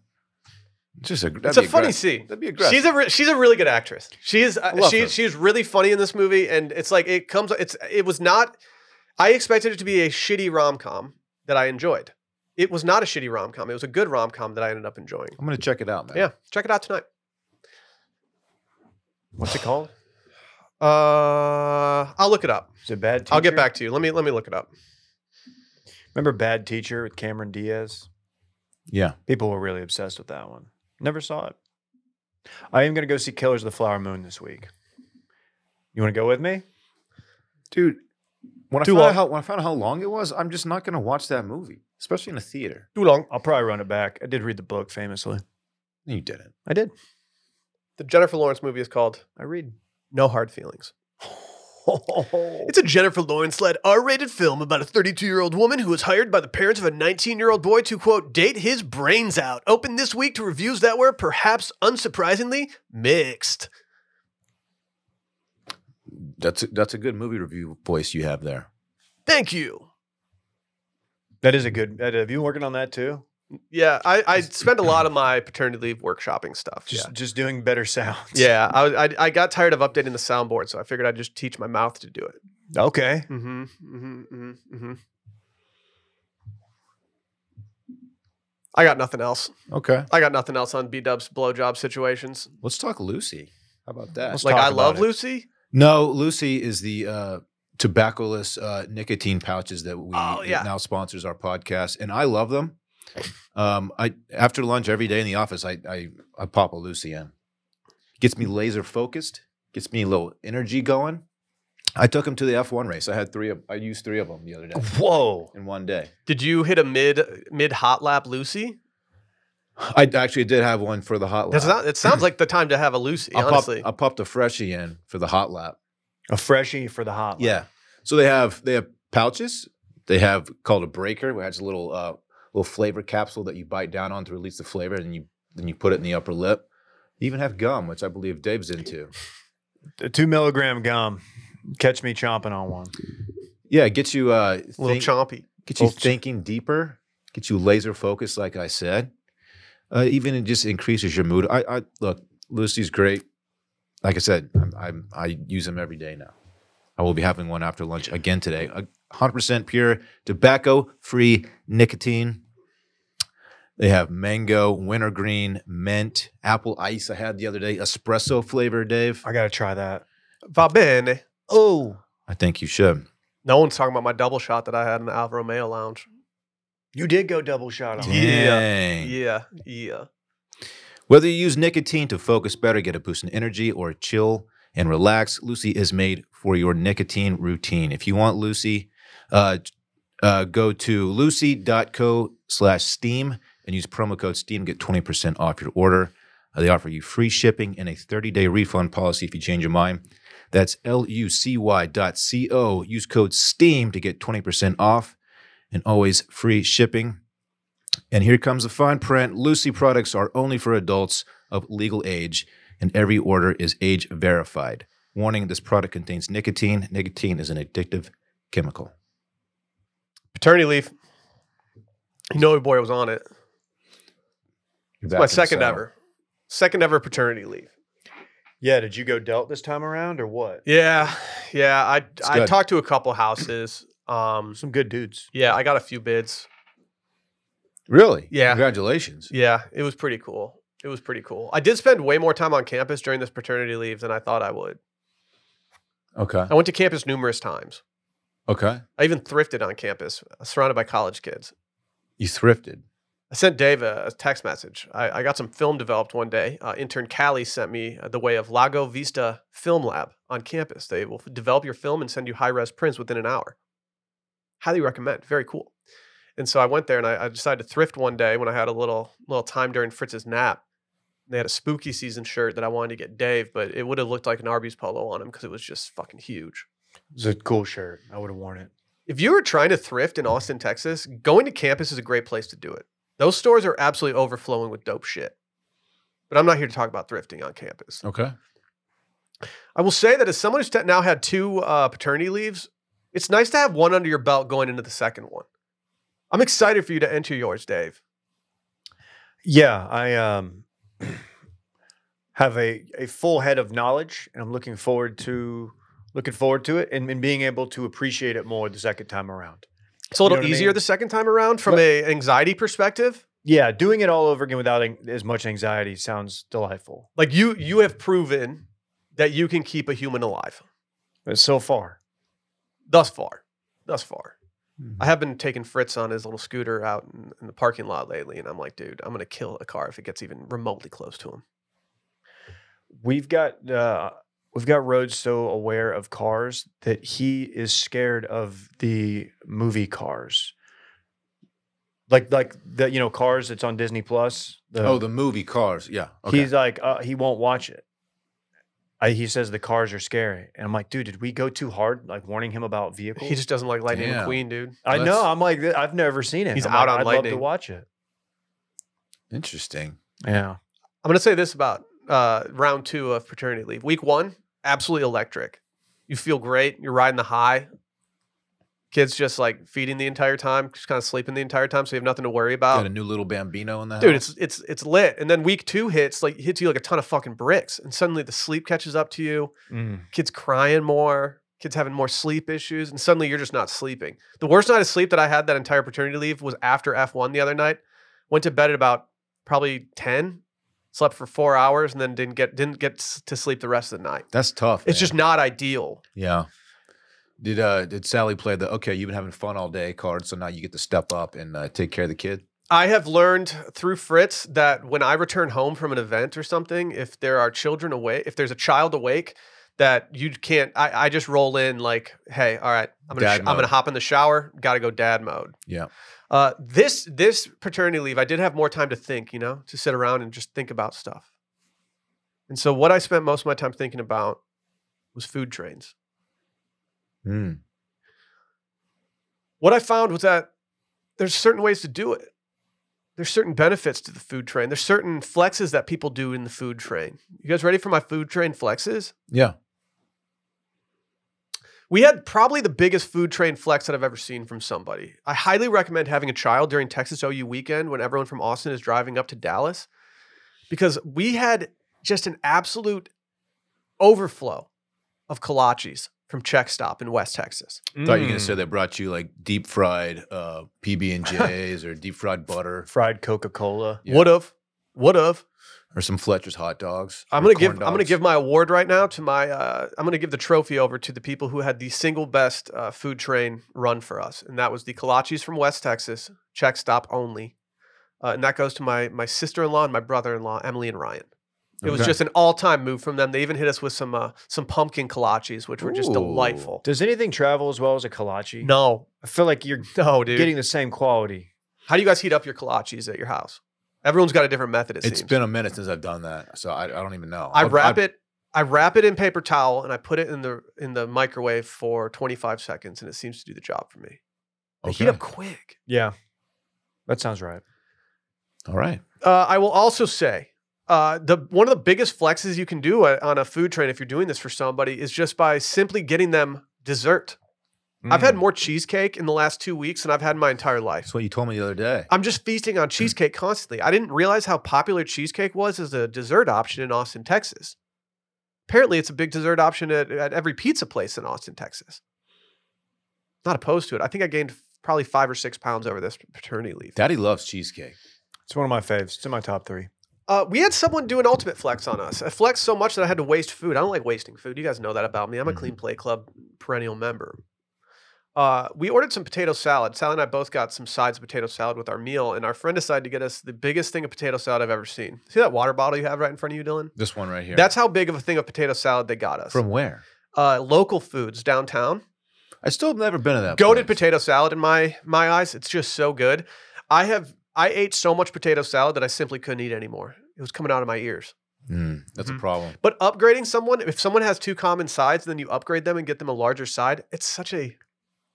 S3: just a.
S1: It's
S3: that'd
S1: a
S3: be
S1: funny
S3: aggressive.
S1: scene.
S3: That'd be aggressive.
S1: She's a re- she's a really good actress. She is uh,
S3: Love
S1: she
S3: her.
S1: she's really funny in this movie, and it's like it comes. It's it was not. I expected it to be a shitty rom com that I enjoyed. It was not a shitty rom com. It was a good rom com that I ended up enjoying.
S3: I'm gonna check it out, man.
S1: Yeah, check it out tonight.
S2: What's it called?
S1: Uh, I'll look it up.
S2: Is it bad teacher?
S1: I'll get back to you. Let me let me look it up.
S2: Remember Bad Teacher with Cameron Diaz?
S3: yeah.
S2: People were really obsessed with that one. Never saw it. I am going to go see Killers of the Flower Moon this week. You want to go with me?
S3: dude. When I,
S2: Too
S3: found
S2: long.
S3: out how, when I found out how long it was, I'm just not gonna watch that movie, especially in a theater.
S1: Too long.
S2: I'll probably run it back. I did read the book famously.
S3: No, You didn't.
S2: I did.
S1: The Jennifer Lawrence movie is called
S2: I read.
S1: No Hard Feelings. It's a Jennifer Lawrence led R rated film about a 32 year old woman who was hired by the parents of a 19 year old boy to, quote, date his brains out. Open this week to reviews that were, perhaps unsurprisingly, mixed.
S3: That's a, that's a good movie review voice you have there.
S1: Thank you.
S2: That is a good. that- Have you been working on that too?
S1: Yeah, I, I spend a lot of my paternity leave workshopping stuff.
S2: Just just doing better sounds.
S1: Yeah, I, was- I, I got tired of updating the soundboard, so I figured I'd just teach my mouth to do it.
S2: Okay.
S1: Mm-hmm, mm-hmm, mm-hmm, mm-hmm. I got nothing else.
S3: Okay,
S1: I got nothing else on B Dub's blowjob situations.
S3: let's talk Lucy. How about that?
S2: Let's
S1: like
S2: talk
S1: I
S2: about
S1: love
S2: it.
S1: Lucy.
S3: No, Lucy is the uh, tobaccoless uh, nicotine pouches that we
S1: Oh,
S3: that
S1: yeah.
S3: now sponsors our podcast, and I love them. Um, I after lunch every day in the office, I I, I pop a Lucy in. Gets me laser focused. Gets me a little energy going. I took him to the F1 race. I had three. Of, I used three of them the other day
S2: Whoa.
S3: in one day.
S1: Did you hit a mid mid hot lap Lucy?
S3: I actually did have one for the hot lap.
S1: That's not, it sounds like the time to have a Lucy,
S3: I popped,
S1: honestly.
S3: I popped a freshie in for the hot lap.
S2: A freshie for the hot. lap.
S3: Yeah. So they have they have pouches. They have called a breaker, which has a little uh, little flavor capsule that you bite down on to release the flavor, and you then you put it in the upper lip. They even have gum, which I believe Dave's into.
S2: A two milligram gum. Catch me chomping on one.
S3: Yeah, it gets you uh,
S1: a little
S3: think-
S1: chompy.
S3: get you
S2: Little ch-
S3: thinking deeper, get you laser focused, like I said. Uh, even it just increases your mood. I, I look, Lucy's great. Like I said, I'm, I'm I use them every day now. I will be having one after lunch again today. A 100% pure tobacco free nicotine. They have mango, wintergreen, mint, apple ice. I had the other day espresso flavor, Dave.
S2: I gotta try that.
S1: Va bene.
S2: Oh.
S3: I think you should.
S1: No one's talking about my double shot that I had in the Alvaro Romeo lounge.
S2: You did go double shot on.
S1: Yeah.
S3: Dang.
S1: Yeah, yeah.
S3: Whether you use nicotine to focus better, get a boost in energy, or chill and relax, Lucy is made for your nicotine routine. If you want Lucy, uh, uh, go to lucy.co slash steam and use promo code steam get 20% off your order Uh, they offer you free shipping and a 30-day refund policy if you change your mind that's l-u-c-y dot c-o use code steam to get 20% off and always free shipping and here comes the fine print lucy products are only for adults of legal age and every order is age verified warning this product contains nicotine nicotine is an addictive chemical
S1: Paternity leaf. You know, your boy was on it. It's my second ever, second ever paternity leave.
S2: Yeah, did you go delt this time around or what?
S1: Yeah, yeah. I I
S3: good.
S1: talked to a couple houses. Um,
S2: Some good dudes.
S1: yeah, I got a few bids.
S3: Really?
S1: Yeah.
S3: Congratulations.
S1: Yeah, it was pretty cool. It was pretty cool. I did spend way more time on campus during this paternity leave than I thought I would.
S3: Okay.
S1: I went to campus numerous times.
S3: Okay.
S1: I even thrifted on campus, surrounded by college kids.
S3: You thrifted.
S1: I sent Dave a, a text message. I, I got some film developed one day. Uh, intern Callie sent me uh, the way of Lago Vista Film Lab on campus. They will f- develop your film and send you high res prints within an hour. Highly recommend. Very cool. And so I went there and I, I decided to thrift one day when I had a little little time during Fritz's nap. They had a spooky season shirt that I wanted to get Dave, but it would have looked like an Arby's polo on him because it was just fucking huge.
S2: It's a cool shirt. I would have worn it.
S1: If you were trying to thrift in Austin, Texas, going to campus is a great place to do it. Those stores are absolutely overflowing with dope shit. But I'm not here to talk about thrifting on campus.
S3: Okay.
S1: I will say that as someone who's t- now had two uh, paternity leaves, it's nice to have one under your belt going into the second one. I'm excited for you to enter yours, Dave.
S2: Yeah, I um have a, a full head of knowledge and I'm looking forward to looking forward to it and, and being able to appreciate it more the second time around.
S1: It's a little
S2: know what I
S1: easier
S2: mean?
S1: the second time around from a anxiety perspective.
S2: Yeah, doing it all over again without an- as much anxiety sounds delightful.
S1: Like you, you have proven that you can keep a human alive
S2: But so far,
S1: thus far. Thus far. I have been taking Fritz on his little scooter out in, in the parking lot lately, and I'm like, dude, I'm gonna kill a car if it gets even remotely close to him.
S2: we've got uh we've got Rhodes so aware of cars that he is scared of the movie cars. Like like the you know cars that's on Disney Plus. the-
S3: oh, the movie Cars. Yeah. Okay.
S2: He's like, uh, he won't watch it. I, he says the cars are scary, and I'm like, dude, did we go too hard, like warning him about vehicles?
S1: He just doesn't like Lightning
S3: Damn.
S1: McQueen, dude.
S2: I know.
S3: That's-
S2: I'm like, "Th- I've never seen it.
S1: He's
S2: I'm
S1: out on
S2: like, I'd Love
S1: Lightning.
S2: to watch it.
S3: Interesting.
S2: Yeah.
S1: I'm gonna say this about uh, round two of paternity leave. Week one, absolutely electric. You feel great. You're riding the high. Kids just like feeding the entire time, just kind of sleeping the entire time, so you have nothing to worry
S3: Got
S1: about.
S3: a new little bambino in the house.
S1: Dude, it's it's it's lit. And then week two hits, like hits you like a ton of fucking bricks, and suddenly the sleep catches up to you.
S2: Mm.
S1: kids crying more, kids having more sleep issues, and suddenly you're just not sleeping. The worst night of sleep that I had that entire paternity leave was after F1 the other night. Went to bed at about probably 10, slept for 4 hours and then didn't get didn't get s- to sleep the rest of the night.
S3: that's tough.
S1: It's
S3: man.
S1: just not ideal.
S3: yeah. Did uh did Sally play the okay? You've been having fun all day card, so now you get to step up and uh, take care of the kid.
S1: I have learned through Fritz that when I return home from an event or something, if there are children awake, if there's a child awake, that you can't. I, I just roll in like, hey, all right, I'm gonna
S3: Dad
S1: sh- I'm gonna
S3: mode.
S1: hop in the shower. Got to go dad mode.
S3: Yeah.
S1: Uh, this this paternity leave, I did have more time to think. You know, to sit around and just think about stuff. And so, what I spent most of my time thinking about was food trains.
S3: Hmm.
S1: what I found was that there's certain ways to do it. There's certain benefits to the food train. There's certain flexes that people do in the food train. You guys ready for my food train flexes?
S3: Yeah.
S1: We had probably the biggest food train flex that I've ever seen from somebody. I highly recommend having a child during Texas OU weekend when everyone from Austin is driving up to Dallas because we had just an absolute overflow of kolaches from Check Stop in West Texas.
S3: Thought you were
S1: Hmm.
S3: gonna say they brought you like deep fried uh, PB and J's or deep fried butter
S2: fried Coca Cola.
S3: Yeah.
S1: Would have, would have.
S3: or some Fletcher's hot dogs.
S1: I'm
S3: or
S1: gonna give
S3: corn
S1: I'm gonna
S3: dogs.
S1: give my award right now to my uh, I'm gonna give the trophy over to the people who had the single best uh, food train run for us, and that was the Kolaches from West Texas, check stop only, uh, and that goes to my my sister in law and my brother in law Emily and Ryan. It was
S3: Okay.
S1: just an all time move from them. They even hit us with some uh, some pumpkin kolaches, which were just
S3: Ooh.
S1: delightful.
S2: Does anything travel as well as a kolache?
S1: No,
S2: I feel like you're
S1: no, dude.
S2: getting the same quality.
S1: How do you guys heat up your kolaches at your house? Everyone's got a different method. It
S3: It's
S1: seems.
S3: been a minute since I've done that, so I, I don't even know.
S1: I
S3: I'll-
S1: wrap
S3: I'll-
S1: it. I wrap it in paper towel and I put it in the in the microwave for 25 seconds, and it seems to do the job for me. They
S3: Okay.
S1: heat up quick.
S2: Yeah, that sounds right.
S3: All right.
S1: Uh, I will also say uh, the one of the biggest flexes you can do uh, on a food train if you're doing this for somebody is just by simply getting them dessert. I've had
S2: Mm.
S1: more cheesecake in the last two weeks than I've had in my entire life.
S3: That's what you told me the other day.
S1: I'm just feasting on cheesecake constantly. I didn't realize how popular cheesecake was as a dessert option in Austin, Texas. Apparently, it's a big dessert option at, at every pizza place in Austin, Texas. Not opposed to it. I think I gained probably five or six pounds over this paternity leave.
S3: Daddy loves cheesecake.
S2: It's one of my faves. It's in my top three.
S1: Uh, we had someone do an ultimate flex on us. A flex so much that I had to waste food. I don't like wasting food. You guys know that about me. I'm a
S3: Mhm.
S1: Clean Play Club perennial member. Uh, we ordered some potato salad. Sally and I both got some sides of potato salad with our meal, and our friend decided to get us the biggest thing of potato salad I've ever seen. See that water bottle you have right in front of you, Dylan?
S3: This one right here.
S1: That's how big of a thing of potato salad they got us.
S3: from where?
S1: uh, local foods downtown.
S3: I still have never been to that.
S1: Goated
S3: place.
S1: potato salad in my my eyes. It's just so good. I have I ate so much potato salad that I simply couldn't eat anymore. It was coming out of my ears.
S3: Mm, that's
S1: Mhm.
S3: a problem.
S1: But upgrading someone, if someone has two common sides, then you upgrade them and get them a larger side. It's such a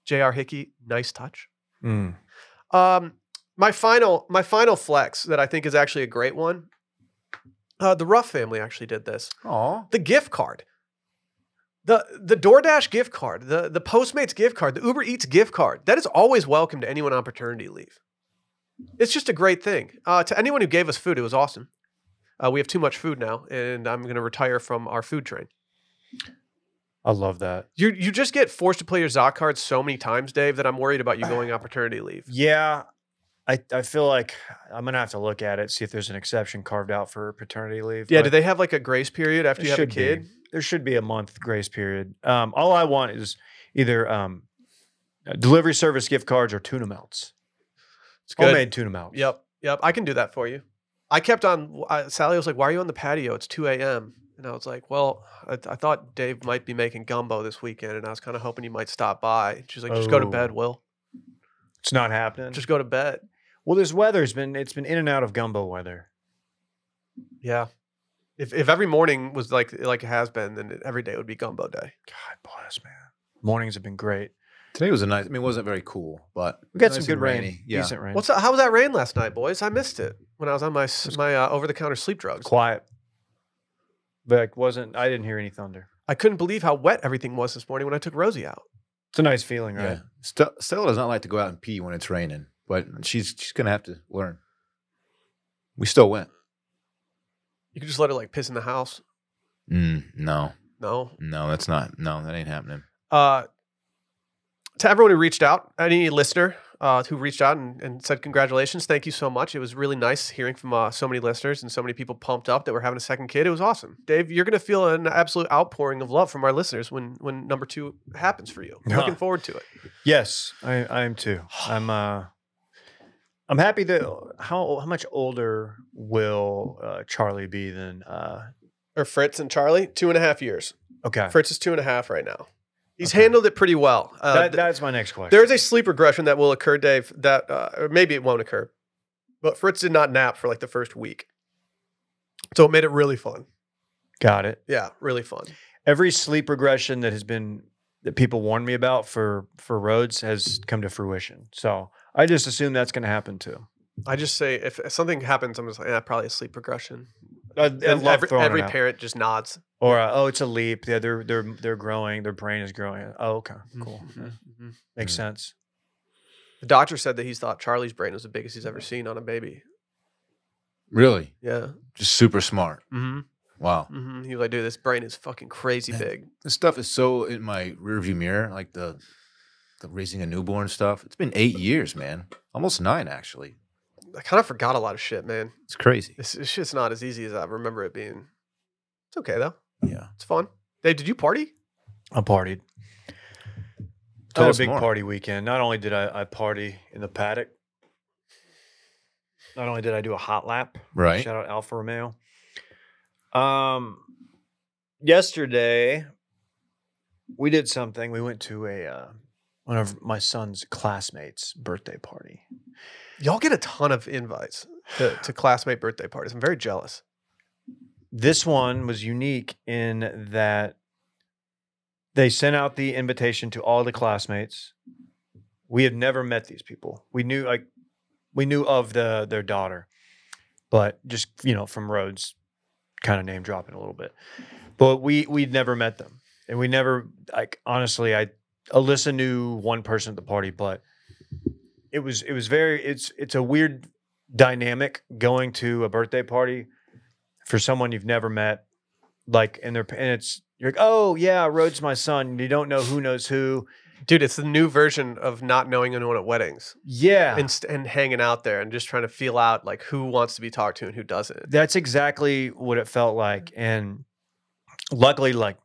S1: J.R. Hickey nice touch.
S2: Mm.
S1: Um, my final, my final flex that I think is actually a great one. Uh, the Ruff family actually did this.
S3: Aw.
S1: The gift card, the the DoorDash gift card, the the Postmates gift card, the Uber Eats gift card. That is always welcome to anyone on paternity leave. It's just a great thing. Uh, to anyone who gave us food, it was awesome. Uh, we have too much food now, and I'm going to retire from our food train.
S2: I love that.
S1: You you just get forced to play your Zot card so many times, Dave, that I'm worried about you going on paternity leave.
S2: Yeah, I I feel like I'm gonna have to look at it, see if there's an exception carved out for paternity leave.
S1: Yeah,
S2: but
S1: do they have like a grace period after
S2: there
S1: you have a
S2: should be-
S1: kid?
S2: there should be a month grace period. Um, all I want is either um, uh, delivery service gift cards or tuna melts.
S1: It's
S2: Homemade tuna melts.
S1: Yep, yep. I can do that for you. I kept on. I, Sally was like, "Why are you on the patio? It's 2 a.m." And I was like, "Well, I, I thought Dave might be making gumbo this weekend, and I was kind of hoping you might stop by." And she's like, "Just go to
S2: Oh.
S1: bed, Will.
S2: It's not happening.
S1: Just go to bed."
S2: well, this weather's been it's been in and out of gumbo weather.
S1: Yeah. If if every morning was like like it has been, then every day would be gumbo day.
S2: God bless, man. Mornings have been great.
S3: Today was a nice. I mean, it wasn't very cool, but
S2: We got
S3: nice
S2: some good
S3: and
S2: rain.
S3: rainy. Yeah.
S2: Decent rain.
S1: What's that, how was that rain last night, boys? I missed it when I was on my s- my uh, over the counter sleep drugs.
S2: quiet? But it wasn't I didn't hear any thunder.
S1: I couldn't believe how wet everything was this morning when I took Rosie out.
S2: It's a nice feeling,
S3: Yeah.
S2: right?
S3: Ste- Stella does not like to go out and pee when it's raining, but she's she's gonna have to learn. We still went.
S1: You could just let her like piss in the house.
S3: Mm, no,
S1: No,
S3: no, that's not. No, that ain't happening.
S1: Uh, to everyone who reached out, any listener, uh, who reached out and, and said, Congratulations. Thank you so much. It was really nice hearing from uh, so many listeners and so many people pumped up that we're having a second kid. It was awesome. Dave, you're going to feel an absolute outpouring of love from our listeners when, when number two happens for you. I'm
S2: Yeah.
S1: Looking forward to it.
S2: Yes, I, I am too. I'm uh I'm happy that how how much older will uh, Charlie be than uh
S1: Or Fritz and Charlie, two and a half years.
S2: okay.
S1: Fritz is two and a half right now. He's
S2: Okay.
S1: handled it pretty well. Uh,
S2: that,
S1: th-
S2: that's my next question.
S1: there is a sleep regression that will occur, Dave. That uh, or maybe it won't occur, but Fritz did not nap for like the first week, so it made it really fun.
S2: Got it.
S1: Yeah, really fun.
S2: Every sleep regression that has been that people warned me about for for Rhodes has come to fruition. So I just assume that's going to happen too.
S1: I just say if if something happens, I'm just like, yeah, probably a sleep regression.
S2: I, I
S1: And
S2: love
S1: every
S2: throwing it
S1: every
S2: out.
S1: parent just nods.
S2: Or uh, oh, it's a leap. Yeah, they're they're they're growing. Their brain is growing. Oh, okay,
S1: Mm-hmm.
S2: cool. Yeah, Makes
S3: Mhm.
S2: sense.
S1: The doctor said that he thought Charlie's brain was the biggest he's ever seen on a baby.
S3: Really,
S1: Yeah.
S3: just super smart.
S1: Mm-hmm.
S3: Wow,
S1: Mm-hmm. He was like, dude, this brain is fucking crazy
S3: Yeah.
S1: big.
S3: this stuff is so in my rearview mirror. Like the the raising a newborn stuff. It's been eight years, man. Almost nine, actually.
S1: I kind of forgot a lot of shit, man.
S3: It's crazy.
S1: This, this shit's not as easy as I remember it being. It's okay though.
S3: Yeah.
S1: It's fun. Dave, did you party?
S2: I partied.
S3: Tell
S2: I had
S3: us
S2: a big
S3: more.
S2: party weekend. Not only did I, I party in the paddock, not only did I do a hot lap.
S3: Right.
S2: Shout out Alfa Romeo. Um, yesterday we did something. We went to a uh, one of my son's classmates' birthday party.
S1: Y'all get a ton of invites to, to classmate birthday parties. I'm very jealous.
S2: this one was unique in that they sent out the invitation to all the classmates. We had never met these people. We knew like we knew of the their daughter, but just you know from Rhodes, kind of name dropping a little bit. But we we'd never met them, and we never like honestly. I Alyssa knew one person at the party, but it was it was very it's it's a weird dynamic going to a birthday party for someone you've never met, like and they're and it's you're like, oh yeah, Rhodes my son. You don't know who knows who.
S1: Dude, it's the new version of not knowing anyone at weddings
S2: Yeah.
S1: and, st- and hanging out there and just trying to feel out like who wants to be talked to and who doesn't.
S2: That's exactly what it felt like. And luckily, like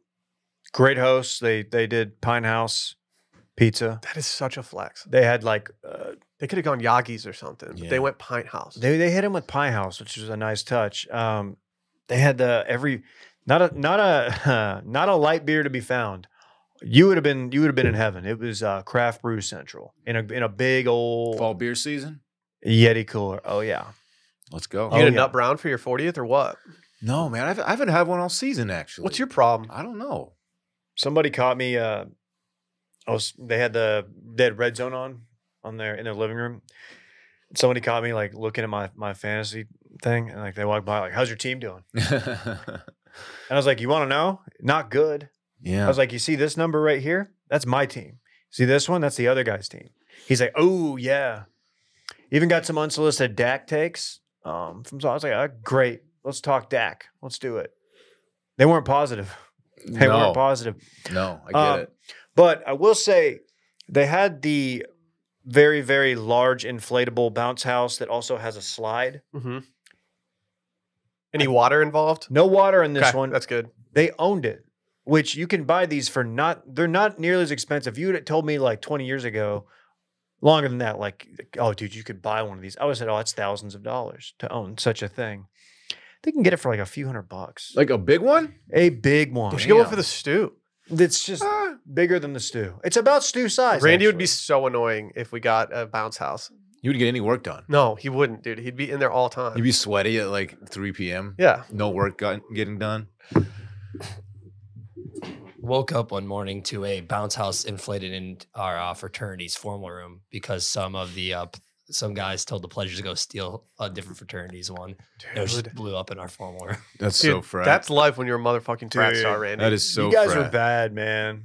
S2: great hosts, they they did Pine House pizza.
S1: That is such a flex.
S2: They had like uh,
S1: They could have gone Yagi's or something, but
S3: Yeah.
S1: they went Pint House.
S2: they they hit him with Pine House, which was a nice touch. Um, they had the every not a not a not a light beer to be found. You would have been you would have been in heaven. It was uh, craft brew central in a in a big old
S3: Fall beer season.
S2: Yeti cooler. Oh yeah.
S3: Let's go.
S1: you get
S2: Oh,
S1: a
S2: yeah.
S1: nut brown for your 40th or what?
S3: No, man, I've, I haven't had one all season actually.
S1: What's your problem?
S3: I don't know.
S2: Somebody caught me. Uh, I was. They had the they had red zone on on their in their living room. Somebody caught me like looking at my my fantasy thing, and like they walked by, like, "How's your team doing?"
S3: yeah.
S2: And I was like, "You want to know? Not good." I was like, "You see this number right here? That's my team. See this one? That's the other guy's team." He's like, "Oh yeah." Even got some unsolicited Dak takes. Um, from so I was like, ah, "Great, let's talk Dak. Let's do it." They weren't positive. They
S3: no,
S2: weren't positive.
S3: no, I get
S1: Uh,
S2: Um,
S3: it.
S2: But I will say they had the very, very large inflatable bounce house that also has a slide.
S1: hmm Any water involved?
S2: No water in this
S1: Okay,
S2: one.
S1: That's good.
S2: They owned it, which you can buy these for not, they're not nearly as expensive. You had told me like 20 years ago, longer than that, like, oh, dude, you could buy one of these. I would have said, oh, that's thousands of dollars to own such a thing. They can get it for like a few hundred bucks.
S3: Like a big one?
S2: a big one.
S1: You should get one
S2: yeah.
S1: for the stew.
S2: It's just bigger than the stew. It's about stew size.
S1: Ah. Randy would be
S2: actually.
S1: so annoying if we got a bounce house.
S3: You would get any work done.
S1: No, he wouldn't, dude. He'd be in there all time.
S3: You'd be sweaty at like 3 p.m.
S1: yeah.
S3: No work got, getting done.
S6: Woke up one morning to a bounce house inflated in our uh, fraternity's formal room because some of the uh, p- some guys told the pledges to go steal a different fraternity's one. And It
S1: Dude.
S6: just blew up in our formal room.
S3: That's so
S1: Dude,
S3: frat.
S1: That's life when you're a motherfucking frat
S2: Dude,
S1: star, Randy.
S3: that is so
S2: you guys
S3: frat.
S2: are bad, man.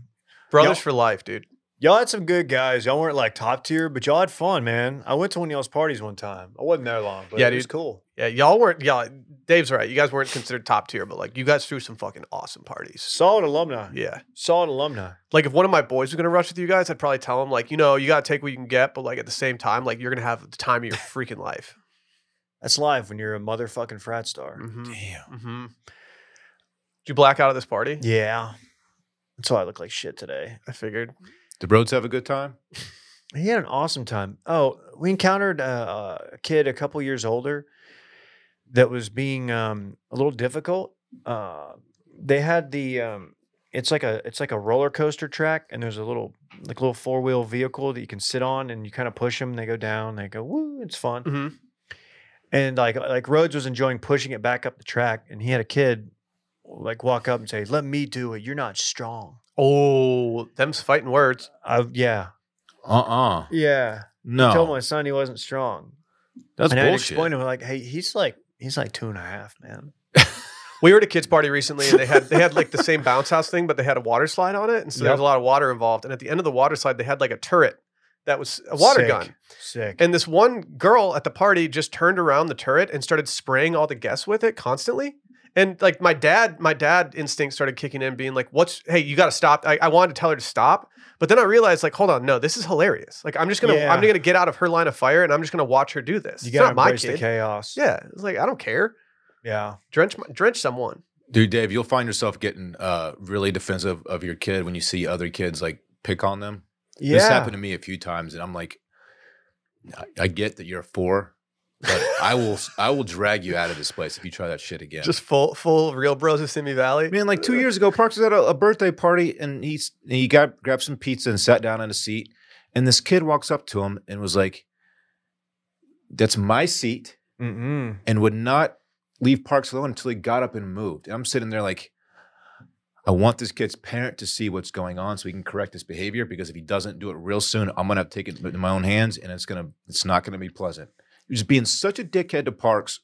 S1: Brothers
S2: Yo-
S1: for life, dude.
S2: Y'all had some good guys. Y'all weren't like top tier, but y'all had fun, man. I went to one of y'all's parties one time. I wasn't there long, but
S1: Yeah,
S2: it was
S1: dude.
S2: cool.
S1: Yeah, y'all weren't. Y'all, Dave's right. You guys weren't considered top tier, but like you guys threw some fucking awesome parties.
S2: Solid alumni.
S1: Yeah,
S2: Solid alumni.
S1: like if one of my boys was gonna rush with you guys, I'd probably tell him like, you know, you gotta take what you can get, but like at the same time, like you're gonna have the time of your freaking life.
S2: That's live when you're a motherfucking frat star.
S1: Mhm.
S2: Damn.
S1: Mm-hmm. Did you black out at this party?
S2: Yeah. That's why I look like shit today.
S1: I figured.
S3: Did Rhodes have a good time?
S2: He had an awesome time. Oh, we encountered uh, a kid a couple years older that was being um, a little difficult. Uh, they had the um, it's like a it's like a roller coaster track, and there's a little like little four wheel vehicle that you can sit on, and you kind of push them. They go down. They go woo. It's fun.
S1: Mhm.
S2: And like like Rhodes was enjoying pushing it back up the track, and he had a kid like walk up and say, "Let me do it. You're not strong."
S1: Oh, them's fighting words.
S2: I, yeah, Oh.
S3: Uh uh
S2: yeah. I told my
S3: No.
S2: son he wasn't strong.
S3: That's
S2: and I had to
S3: bullshit.
S2: explain to him like, hey, he's like he's like two and a half, man.
S1: We were at a kids party recently, and they had they had like the same bounce house thing, but they had a water slide on it, and so there was
S2: Yep.
S1: a lot of water involved. And at the end of the water slide, they had like a turret that was a water
S2: Sick.
S1: gun.
S2: Sick.
S1: And this one girl at the party just turned around the turret and started spraying all the guests with it constantly. And like my dad, my dad instinct started kicking in, being like, "What's hey, you got to stop." I, I wanted to tell her to stop, but then I realized, like, hold on, no, this is hilarious. Like, I'm just gonna,
S2: Yeah.
S1: I'm gonna get out of her line of fire, and I'm just gonna watch her do this.
S2: you
S1: it's
S2: gotta
S1: not my
S2: embrace the
S1: kid.
S2: chaos.
S1: Yeah, it's like I don't care.
S2: Yeah.
S1: Drench, my, drench someone.
S3: Dude, Dave, you'll find yourself getting uh, really defensive of your kid when you see other kids like pick on them.
S2: Yeah.
S3: This happened to me a few times, and I'm like, I, I get that you're four, but I will I will drag you out of this place if you try that shit again.
S1: Just full, full real bros of Simi Valley.
S3: Man, like two years ago, Parks was at a, a birthday party and he's he got grabbed some pizza and sat down on a seat. And this kid walks up to him and was like, That's my seat,
S2: Mm-mm.
S3: and would not leave Parks alone until he got up and moved. And I'm sitting there like, I want this kid's parent to see what's going on so he can correct his behavior because if he doesn't do it real soon, I'm gonna have to take it in my own hands and it's gonna it's not gonna be pleasant. He was being such a dickhead to Parks.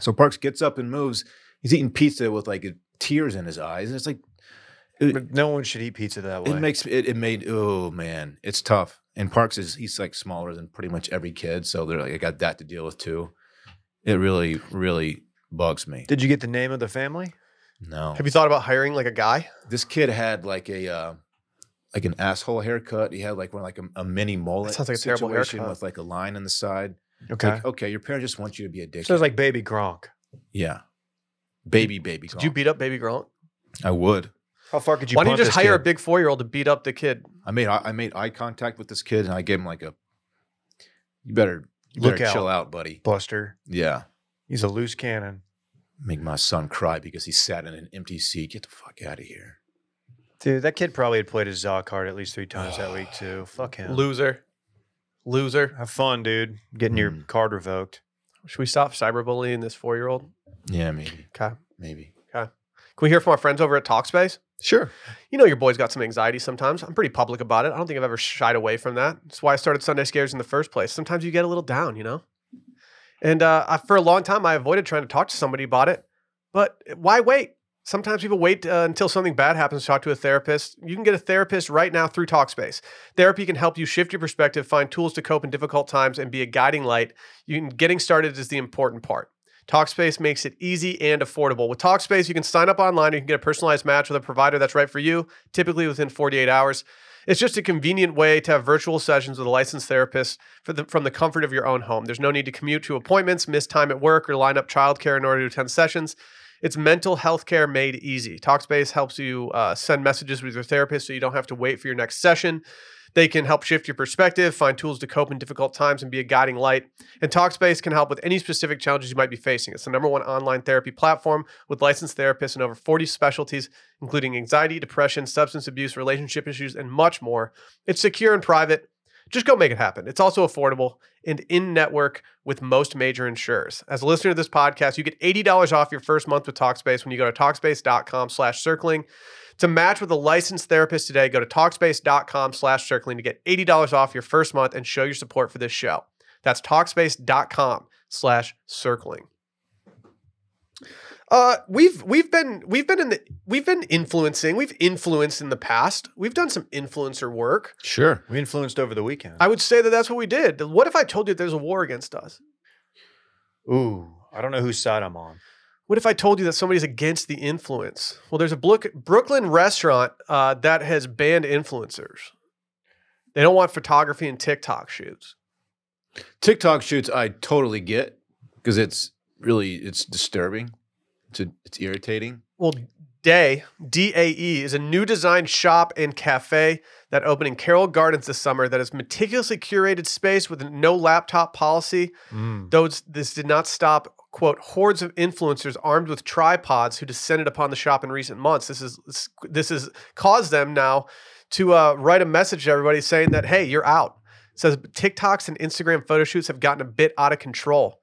S3: So Parks gets up and moves. He's eating pizza with like tears in his eyes. And it's like
S2: But no one should eat pizza that way.
S3: it makes it, it made oh man, it's tough. And Parks is he's like smaller than pretty much every kid, so they're like I got that to deal with too. It really really bugs me.
S2: Did you get the name of the family?
S3: No,
S1: Have you thought about hiring like a guy?
S3: this kid had like a uh, like an asshole haircut. He had like one like a, a mini mullet.
S1: sounds like a terrible
S3: situation
S1: haircut.
S3: with like a line in the side. It's
S2: Okay.
S3: Like, okay, your parent just wants you to be a dick.
S2: so it's like baby Gronk.
S3: yeah, baby, baby.
S1: Did you beat up baby Gronk?
S3: I would.
S2: How far could you?
S1: Why don't you
S2: punt
S1: just
S2: this
S1: hire a
S2: kid?
S1: big four year old to beat up the kid?
S3: I made I, I made eye contact with this kid and I gave him like a. You better you
S2: Look
S3: better
S2: out.
S3: chill out, buddy.
S2: Buster?
S3: Yeah.
S2: He's a loose cannon,
S3: make my son cry because he sat in an empty seat. Get the fuck out of here.
S2: dude. That kid probably had played his Zaw card at least three times that week too. Fuck him.
S1: Loser, loser.
S2: Have fun, dude. Getting your
S1: Hmm.
S3: Mm.
S2: card revoked.
S1: Should we stop cyberbullying this four year old?
S3: Yeah, maybe.
S1: Okay.
S3: Maybe.
S1: Can we hear from our friends over at Talkspace?
S3: Sure.
S1: You know, your boy's got some anxiety sometimes. I'm pretty public about it. I don't think I've ever shied away from that. That's why I started Sunday Scares in the first place. Sometimes you get a little down, you know? And uh, I, for a long time, I avoided trying to talk to somebody about it. But why wait? Sometimes people wait uh, until something bad happens to talk to a therapist. You can get a therapist right now through Talkspace. Therapy can help you shift your perspective, find tools to cope in difficult times, and be a guiding light. You can, getting started is the important part. Talkspace makes it easy and affordable. With Talkspace, you can sign up online. You can get a personalized match with a provider that's right for you, typically within 48 hours. It's just a convenient way to have virtual sessions with a licensed therapist for the, from the comfort of your own home. There's no need to commute to appointments, miss time at work, or line up childcare in order to attend sessions. It's mental health care made easy. Talkspace helps you uh, send messages with your therapist so you don't have to wait for your next session. They can help shift your perspective, find tools to cope in difficult times, and be a guiding light. And Talkspace can help with any specific challenges you might be facing. It's the number one online therapy platform with licensed therapists in over 40 specialties, including anxiety, depression, substance abuse, relationship issues, and much more. It's secure and private. Just go make it happen. It's also affordable and in network with most major insurers. As a listener to this podcast, you get $80 off your first month with Talkspace when you go to Talkspace.com slash circling. To match with a licensed therapist today, go to Talkspace.com slash circling to get $80 off your first month and show your support for this show. That's talkspace.com slash circling. Uh, we've we've been we've been in the we've been influencing. We've influenced in the past. We've done some influencer work.
S3: Sure.
S2: We influenced over the weekend.
S1: I would say that that's what we did. What if I told you there's a war against us?
S2: Ooh, I don't know whose side I'm on.
S1: What if I told you that somebody's against the influence? Well, there's a Brook- Brooklyn restaurant uh, that has banned influencers. They don't want photography and TikTok shoots.
S3: TikTok shoots I totally get because it's really it's disturbing. It's, a, it's irritating.
S1: Well, Day, D A E, is a new design shop and cafe that opened in Carroll Gardens this summer that is meticulously curated space with a no laptop policy
S2: Mm.
S1: Though it's- this did not stop, quote, hordes of influencers armed with tripods who descended upon the shop in recent months. This is this- this has caused them now to uh, write a message to everybody saying that, hey, you're out. It says TikToks and Instagram photo shoots have gotten a bit out of control.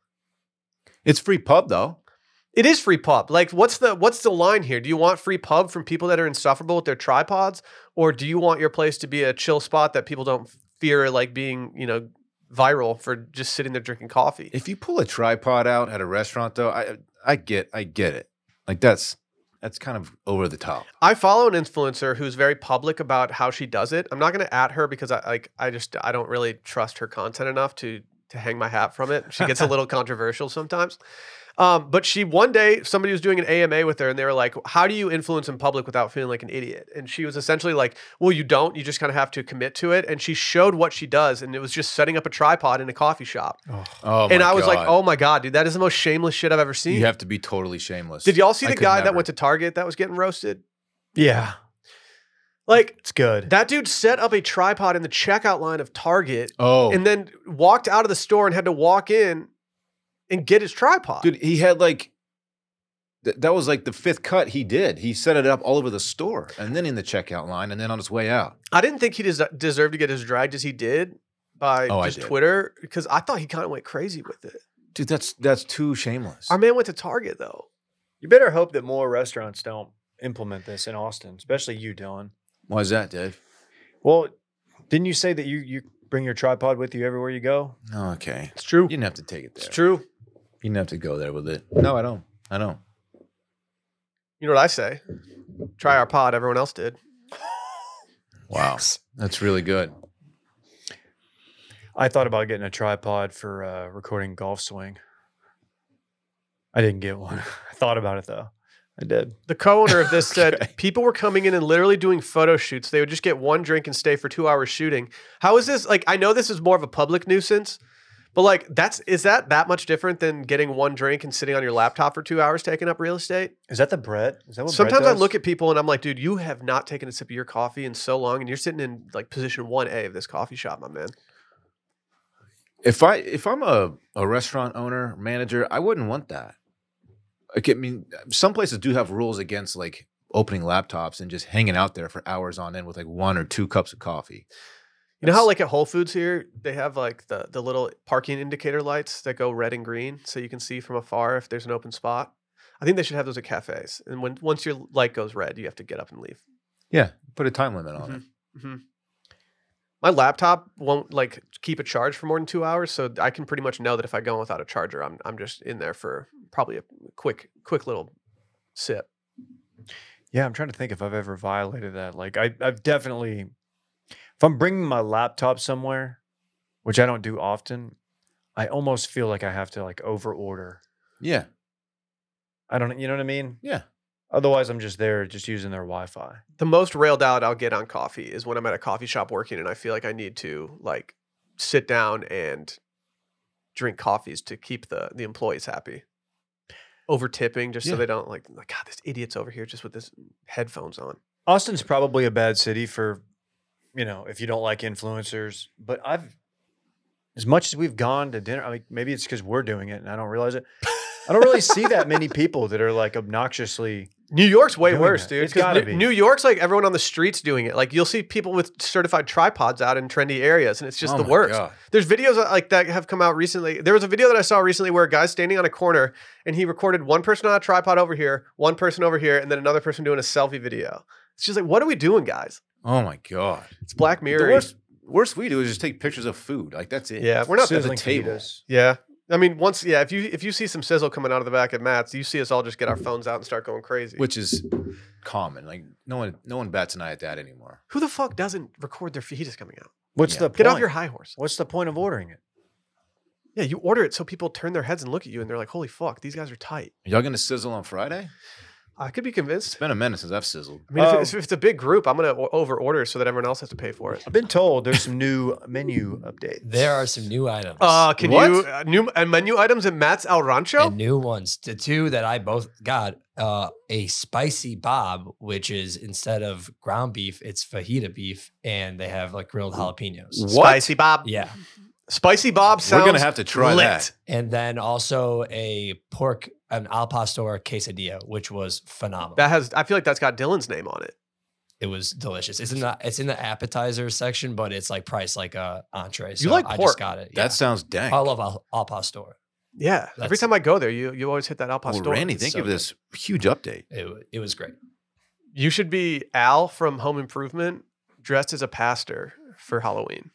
S3: It's free pub though.
S1: It is free pub. Like, what's the what's the line here? Do you want free pub from people that are insufferable with their tripods, or do you want your place to be a chill spot that people don't fear like being, you know, viral for just sitting there drinking coffee?
S3: If you pull a tripod out at a restaurant though, I I get I get it. Like that's that's kind of over the top.
S1: I follow an influencer who's very public about how she does it. I'm not going to at her because I like I just I don't really trust her content enough to to hang my hat from it. She gets a little controversial sometimes. Um, but she one day somebody was doing an AMA with her and they were like, "How do you influence in public without feeling like an idiot?" And she was essentially like, "Well, you don't. You just kind of have to commit to it." And she showed what she does, and it was just setting up a tripod in a coffee shop.
S3: Oh,
S1: and
S3: my
S1: I was like,
S3: God.
S1: "Oh my god, dude, that is the most shameless shit I've ever seen."
S3: you have to be totally shameless.
S1: Did y'all see
S3: I
S1: the
S3: could
S1: guy that
S3: never.
S1: went to Target that was getting roasted?
S2: Yeah,
S1: Like
S2: it's good.
S1: That dude set up a tripod in the checkout line of Target
S3: Oh,
S1: and then walked out of the store and had to walk in and get his tripod.
S3: dude, he had like th- that was like the fifth cut he did. He set it up all over the store and then in the checkout line and then on his way out.
S1: I didn't think he des- deserved to get as dragged as he did by
S3: Oh, I
S1: just
S3: did.
S1: Twitter because I thought he kind of went crazy with it.
S3: Dude, that's that's too shameless.
S1: Our man went to Target though.
S2: You better hope that more restaurants don't implement this in Austin, especially you, Dylan.
S3: Why is that, Dave?
S2: Well, didn't you say that you you bring your tripod with you everywhere you go?
S3: Oh, okay.
S1: It's true.
S3: You didn't have to take it there.
S1: It's true.
S3: You didn't have to go there with it. No, I don't. I don't.
S1: You know what I say? Try our pod. Everyone else did.
S3: Wow. That's really good.
S2: I thought about getting a tripod for uh, recording golf swing. I didn't get one. I thought about it though. I did.
S1: The co-owner of this
S3: Okay.
S1: said people were coming in and literally doing photo shoots. They would just get one drink and stay for two hours shooting. How is this like? I know this is more of a public nuisance, but like that's is that that much different than getting one drink and sitting on your laptop for two hours taking up real estate?
S2: Is that the Oh, Brett? Is that what?
S1: Sometimes I look at people and I'm like, dude, you have not taken a sip of your coffee in so long, and you're sitting in like position one A of this coffee shop, my man.
S3: If I if I'm a, a restaurant owner, manager, I wouldn't want that. Like, I mean, some places do have rules against like opening laptops and just hanging out there for hours on end with like one or two cups of coffee.
S1: You know how like at Whole Foods here, they have like the the little parking indicator lights that go red and green so you can see from afar if there's an open spot. I think they should have those at cafes. And when once your light goes red, you have to get up and leave. Mm-hmm,
S3: Yeah, put a time limit on it.
S1: My laptop won't like keep a charge for more than 2 hours, so I can pretty much know that if I go in without a charger, I'm I'm just in there for probably a quick quick little sip.
S2: Yeah, I'm trying to think if I've ever violated that. Like, I, I've definitely, if I'm bringing my laptop somewhere, which I don't do often, I almost feel like I have to like over order.
S3: Yeah,
S2: I don't, you know what I mean?
S3: yeah.
S2: Otherwise, I'm just there, just using their Wi-Fi.
S1: the most railed out I'll get on coffee is when I'm at a coffee shop working and I feel like I need to like sit down and drink coffees to keep the the employees happy. Over tipping just
S3: Yeah.
S1: so they don't like like God, this idiot's over here just with his headphones on.
S2: Austin's probably a bad city for, you know, if you don't like influencers. But I've, as much as we've gone to dinner, I mean, maybe it's because we're doing it and I don't realize it. I don't really see that many people that are like obnoxiously.
S1: New York's way
S2: Doing
S1: worse,
S2: that.
S1: dude.
S2: It's
S1: 'cause
S2: gotta
S1: New,
S2: be.
S1: New York's like everyone on the streets doing it. Like you'll see people with certified tripods out in trendy areas, and it's just
S3: Oh
S1: the
S3: my
S1: worst.
S3: God.
S1: There's videos uh, like that have come out recently. There was a video that I saw recently where a guy's standing on a corner and he recorded one person on a tripod over here, one person over here, and then another person doing a selfie video. It's just like, what are we doing, guys?
S3: Oh my god.
S1: It's Black
S3: The
S1: Mirror.
S3: worst, worst we do is just take pictures of food. Like that's it.
S1: Yeah, we're not.
S3: Sizzling
S1: The,
S3: table.
S2: fajitas.
S1: yeah, I mean, once yeah, if you if you see some sizzle coming out of the back of Matt's, you see us all just get our
S2: Mm.
S1: phones out and start going crazy.
S3: which is common. Like no one, no one bats an eye at that anymore.
S1: Who the fuck doesn't record their fajitas coming out?
S2: What's
S3: Yeah.
S2: the
S1: Get
S2: point?
S1: off your high horse.
S2: What's the point of ordering it?
S1: Yeah, you order it so people turn their heads and look at you and they're like, "Holy fuck, these guys are tight."
S3: Y'all gonna sizzle on Friday?
S1: I could be convinced.
S3: It's been a minute since I've sizzled.
S1: I mean, if,
S2: Um,
S1: it's, if it's a big group, I'm gonna o- over order so that everyone else has to pay for it.
S2: I've been told there's some new menu updates.
S6: There are some new items.
S1: Uh, can
S3: What?
S1: you uh, new uh, menu items at Matt's El Rancho?
S6: and new ones. The two that I both got uh, a spicy bob, which is instead of ground beef, it's fajita beef, and they have like grilled jalapenos.
S1: Spicy Bob.
S6: Yeah,
S1: Spicy Bob sounds.
S3: We're gonna have to try
S1: lit.
S3: that.
S6: and then also a pork, an al pastor quesadilla, which was phenomenal.
S1: That has. I feel like that's got Dylan's name on it.
S6: it was delicious. It's in the it's in the appetizer section, but it's like priced like a entree. So
S1: You like
S6: I
S1: pork.
S6: just got it.
S3: That sounds dank.
S6: yeah. I love al, al pastor.
S1: Yeah. Every
S6: That's-
S1: time I go there, you you always hit that Al
S3: well,
S1: Pastor.
S3: Randy,
S6: It's
S3: think
S6: so
S3: of this huge update.
S6: It, wa- it was great.
S1: You should be Al from Home Improvement dressed as a pastor for Halloween.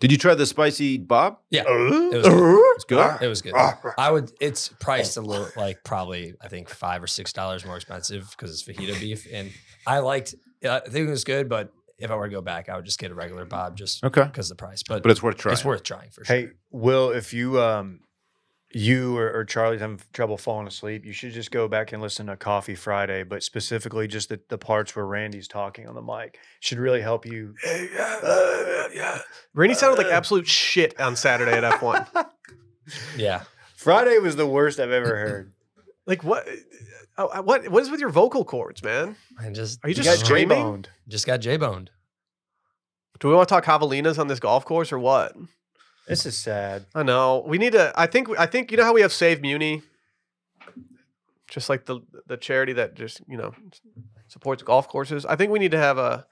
S3: Did you try the spicy Bob? Uh-huh.
S6: Yeah,
S1: Uh,
S6: it was.
S3: It's good.
S6: It was good. I would. It's priced a little, like probably I think five or six dollars more expensive because it's fajita beef, and I liked. I think it was good, but if I were to go back, I would just get a regular Bob just
S3: Okay,
S6: because of the price. But,
S3: but it's worth
S6: it's,
S3: trying.
S6: worth trying for sure.
S2: Hey, Will, if you um you or, or Charlie's having trouble falling asleep, you should just go back and listen to Coffee Friday, but specifically just the, the parts where Randy's talking on the mic should really help you.
S1: Randy sounded like absolute shit on Saturday at F1.
S6: Yeah,
S2: Friday was the worst I've ever heard.
S1: Like what? uh, uh, What what is with your vocal cords, man?
S6: and just
S1: Are you
S2: You
S1: just
S2: got
S1: screaming?
S2: J-boned.
S6: just got J boned.
S1: Do we want to talk javelinas on this golf course or what?
S2: This is sad.
S1: I know. We need to. I think. I think you know how we have Save Muni, just like the the charity that just you know supports golf courses. I think we need to have a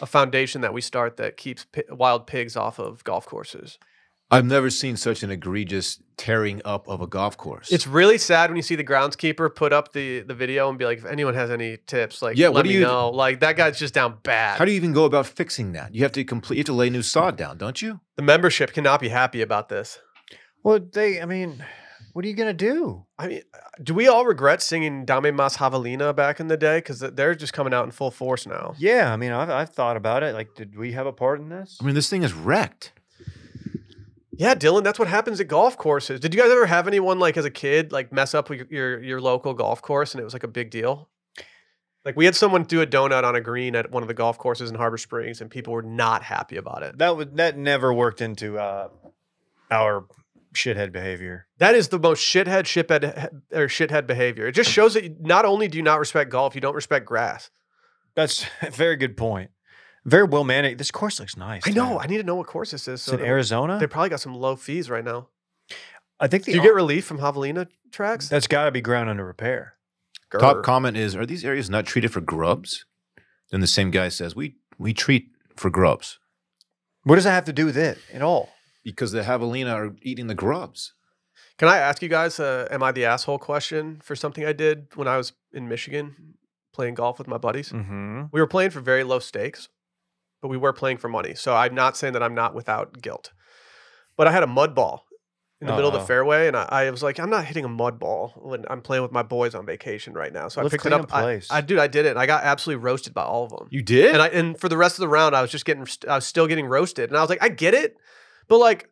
S1: a foundation that we start that keeps pi- wild pigs off of golf courses.
S3: I've never seen such an egregious tearing up of a golf course.
S1: It's really sad when you see the groundskeeper put up the the video and be like, if anyone has any tips, like
S3: Yeah,
S1: let
S3: what do
S1: me
S3: you-
S1: know. Like that guy's just down bad.
S3: how do you even go about fixing that? You have to complete. You have to lay new sod down, don't you?
S1: the membership cannot be happy about this.
S2: Well, they I mean, what are you gonna do?
S1: I mean, do we all regret singing Dame Mas Javelina back in the day? Because they're just coming out in full force now.
S2: Yeah, I mean, I've, I've thought about it. Like, did we have a part in this?
S3: I mean, this thing is wrecked.
S1: Yeah, Dylan, that's what happens at golf courses. Did you guys ever have anyone like as a kid like mess up with your your, your local golf course and it was like a big deal? Like we had someone do a donut on a green at one of the golf courses in Harbor Springs and people were not happy about it.
S2: That would that never worked into uh, our shithead behavior.
S1: That is the most shithead shithead or shithead behavior. It just shows that you- not only do you not respect golf, you don't respect grass.
S2: That's a very good point. Very well managed. This course looks nice.
S1: I know.
S2: too.
S1: I need to know what course this is.
S2: it's
S1: So
S2: in
S1: that-
S2: Arizona.
S1: they probably got some low fees right now.
S2: I think
S1: Do
S2: the
S1: you get relief from javelina tracks?
S2: that's got to be ground under repair.
S1: Grr.
S3: Top comment is: Are these areas not treated for grubs? Then the same guy says, "We we treat for grubs
S2: What does that have to do with it at all?
S3: because the javelina are eating the grubs."
S1: Can I ask you guys, uh, am I the asshole question for something I did when I was in Michigan playing golf with my buddies?
S2: Mm-hmm.
S1: We were playing for very low stakes, but we were playing for money. So I'm not saying that I'm not without guilt. But I had a mud ball in the middle of the
S2: Uh-oh.
S1: fairway, and I, I was like, I'm not hitting a mud ball when I'm playing with my boys on vacation right now. So
S2: Let's
S1: I picked it
S2: clean
S1: up.
S2: up
S1: I-
S2: place.
S1: I, dude, I did it, and I got absolutely roasted by all of them.
S3: You did?
S1: And I and for the rest of the round, I was just getting I was still getting roasted, and I was like, I get it, but like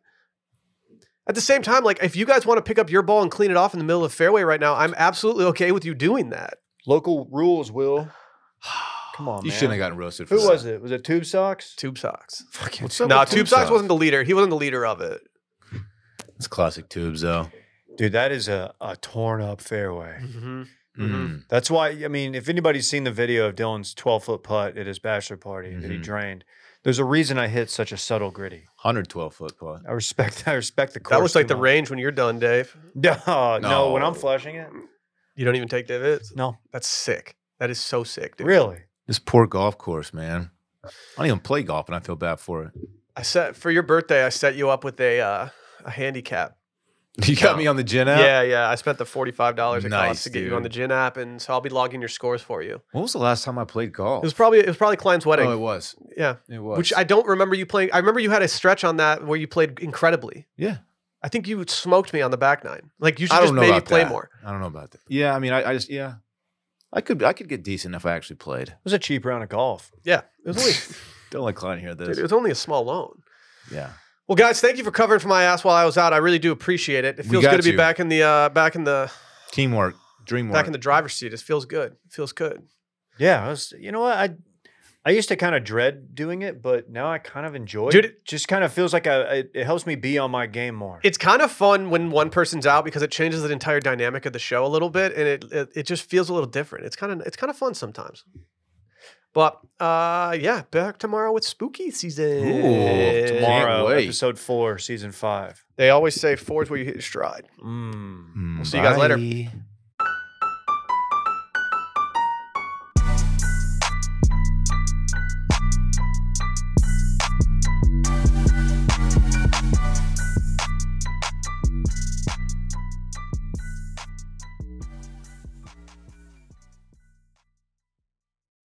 S1: at the same time, like if you guys want to pick up your ball and clean it off in the middle of the fairway right now, I'm absolutely okay with you doing that.
S2: Local rules, Will. Come on,
S3: you
S2: man.
S3: shouldn't have gotten roasted for
S2: Who
S3: that.
S2: was it? Was it Tube Socks?
S1: Tube socks.
S3: Fucking
S1: No, nah, tube socks wasn't the leader. He wasn't the leader of it.
S3: It's classic tubes, though.
S2: Dude, that is a, a torn up fairway.
S1: Hmm. Mhm.
S3: Mm.
S2: That's why, I mean, if anybody's seen the video of Dylan's 12 foot putt at his bachelor party that he
S1: Mm-hmm.
S3: Mhm.
S2: drained, there's a reason I hit such a subtle gritty.
S3: 112 foot putt.
S2: I respect I respect the course.
S1: That looks like
S2: too
S1: the
S2: much.
S1: range when you're done, Dave.
S2: No, no, when I'm
S3: No.
S2: flashing it.
S1: You don't even take divots.
S2: No.
S1: That's sick. That is so sick, dude.
S2: Really?
S3: This poor golf course, man. I don't even play golf, and I feel bad for it.
S1: I set for your birthday. I set you up with a uh, a handicap
S3: You got
S1: No.
S3: me on the gin app.
S1: Yeah, yeah. I spent the forty-five dollars it cost
S3: Nice,
S1: to get you on the
S3: dude.
S1: gin app, and so I'll be logging your scores for you.
S3: When was the last time I played golf?
S1: It was probably it was probably Klein's wedding.
S3: Oh, it was.
S1: yeah,
S3: It was.
S1: which I don't remember you playing. I remember you had a stretch on that where you played incredibly.
S3: Yeah.
S1: I think you smoked me on the back nine. Like you should
S3: I don't
S1: just
S3: know
S1: maybe
S3: about
S1: play
S3: that.
S1: more.
S3: I don't know about that. Yeah, I mean, I, I just yeah, I could I could get decent if I actually played.
S2: was a cheap round of golf.
S1: Yeah, it was only
S3: Don't let Klein hear
S1: dude,
S3: this.
S1: it was only a small loan.
S3: yeah,
S1: Well, guys, thank you for covering for my ass while I was out. I really do appreciate it. It
S3: We
S1: feels
S3: got
S1: good to be
S3: you.
S1: back in the uh, back in the
S3: teamwork, dream work.
S1: back in the driver's seat. It feels good. It feels good.
S2: Yeah, I was, you know what? I I used to kind of dread doing it, but now I kind of enjoy
S1: Dude,
S2: it. Just kind of feels like I, it, it helps me be on my game more.
S1: It's kind of fun when one person's out because it changes the entire dynamic of the show a little bit, and it it, it just feels a little different. It's kind of it's kind of fun sometimes. But uh, yeah, back tomorrow with spooky season.
S3: Ooh,
S2: Tomorrow,
S3: wait.
S2: episode four, season five.
S1: They always say four is where you hit your stride.
S2: Mm.
S3: Hmm.
S1: see you guys later.
S3: Bye.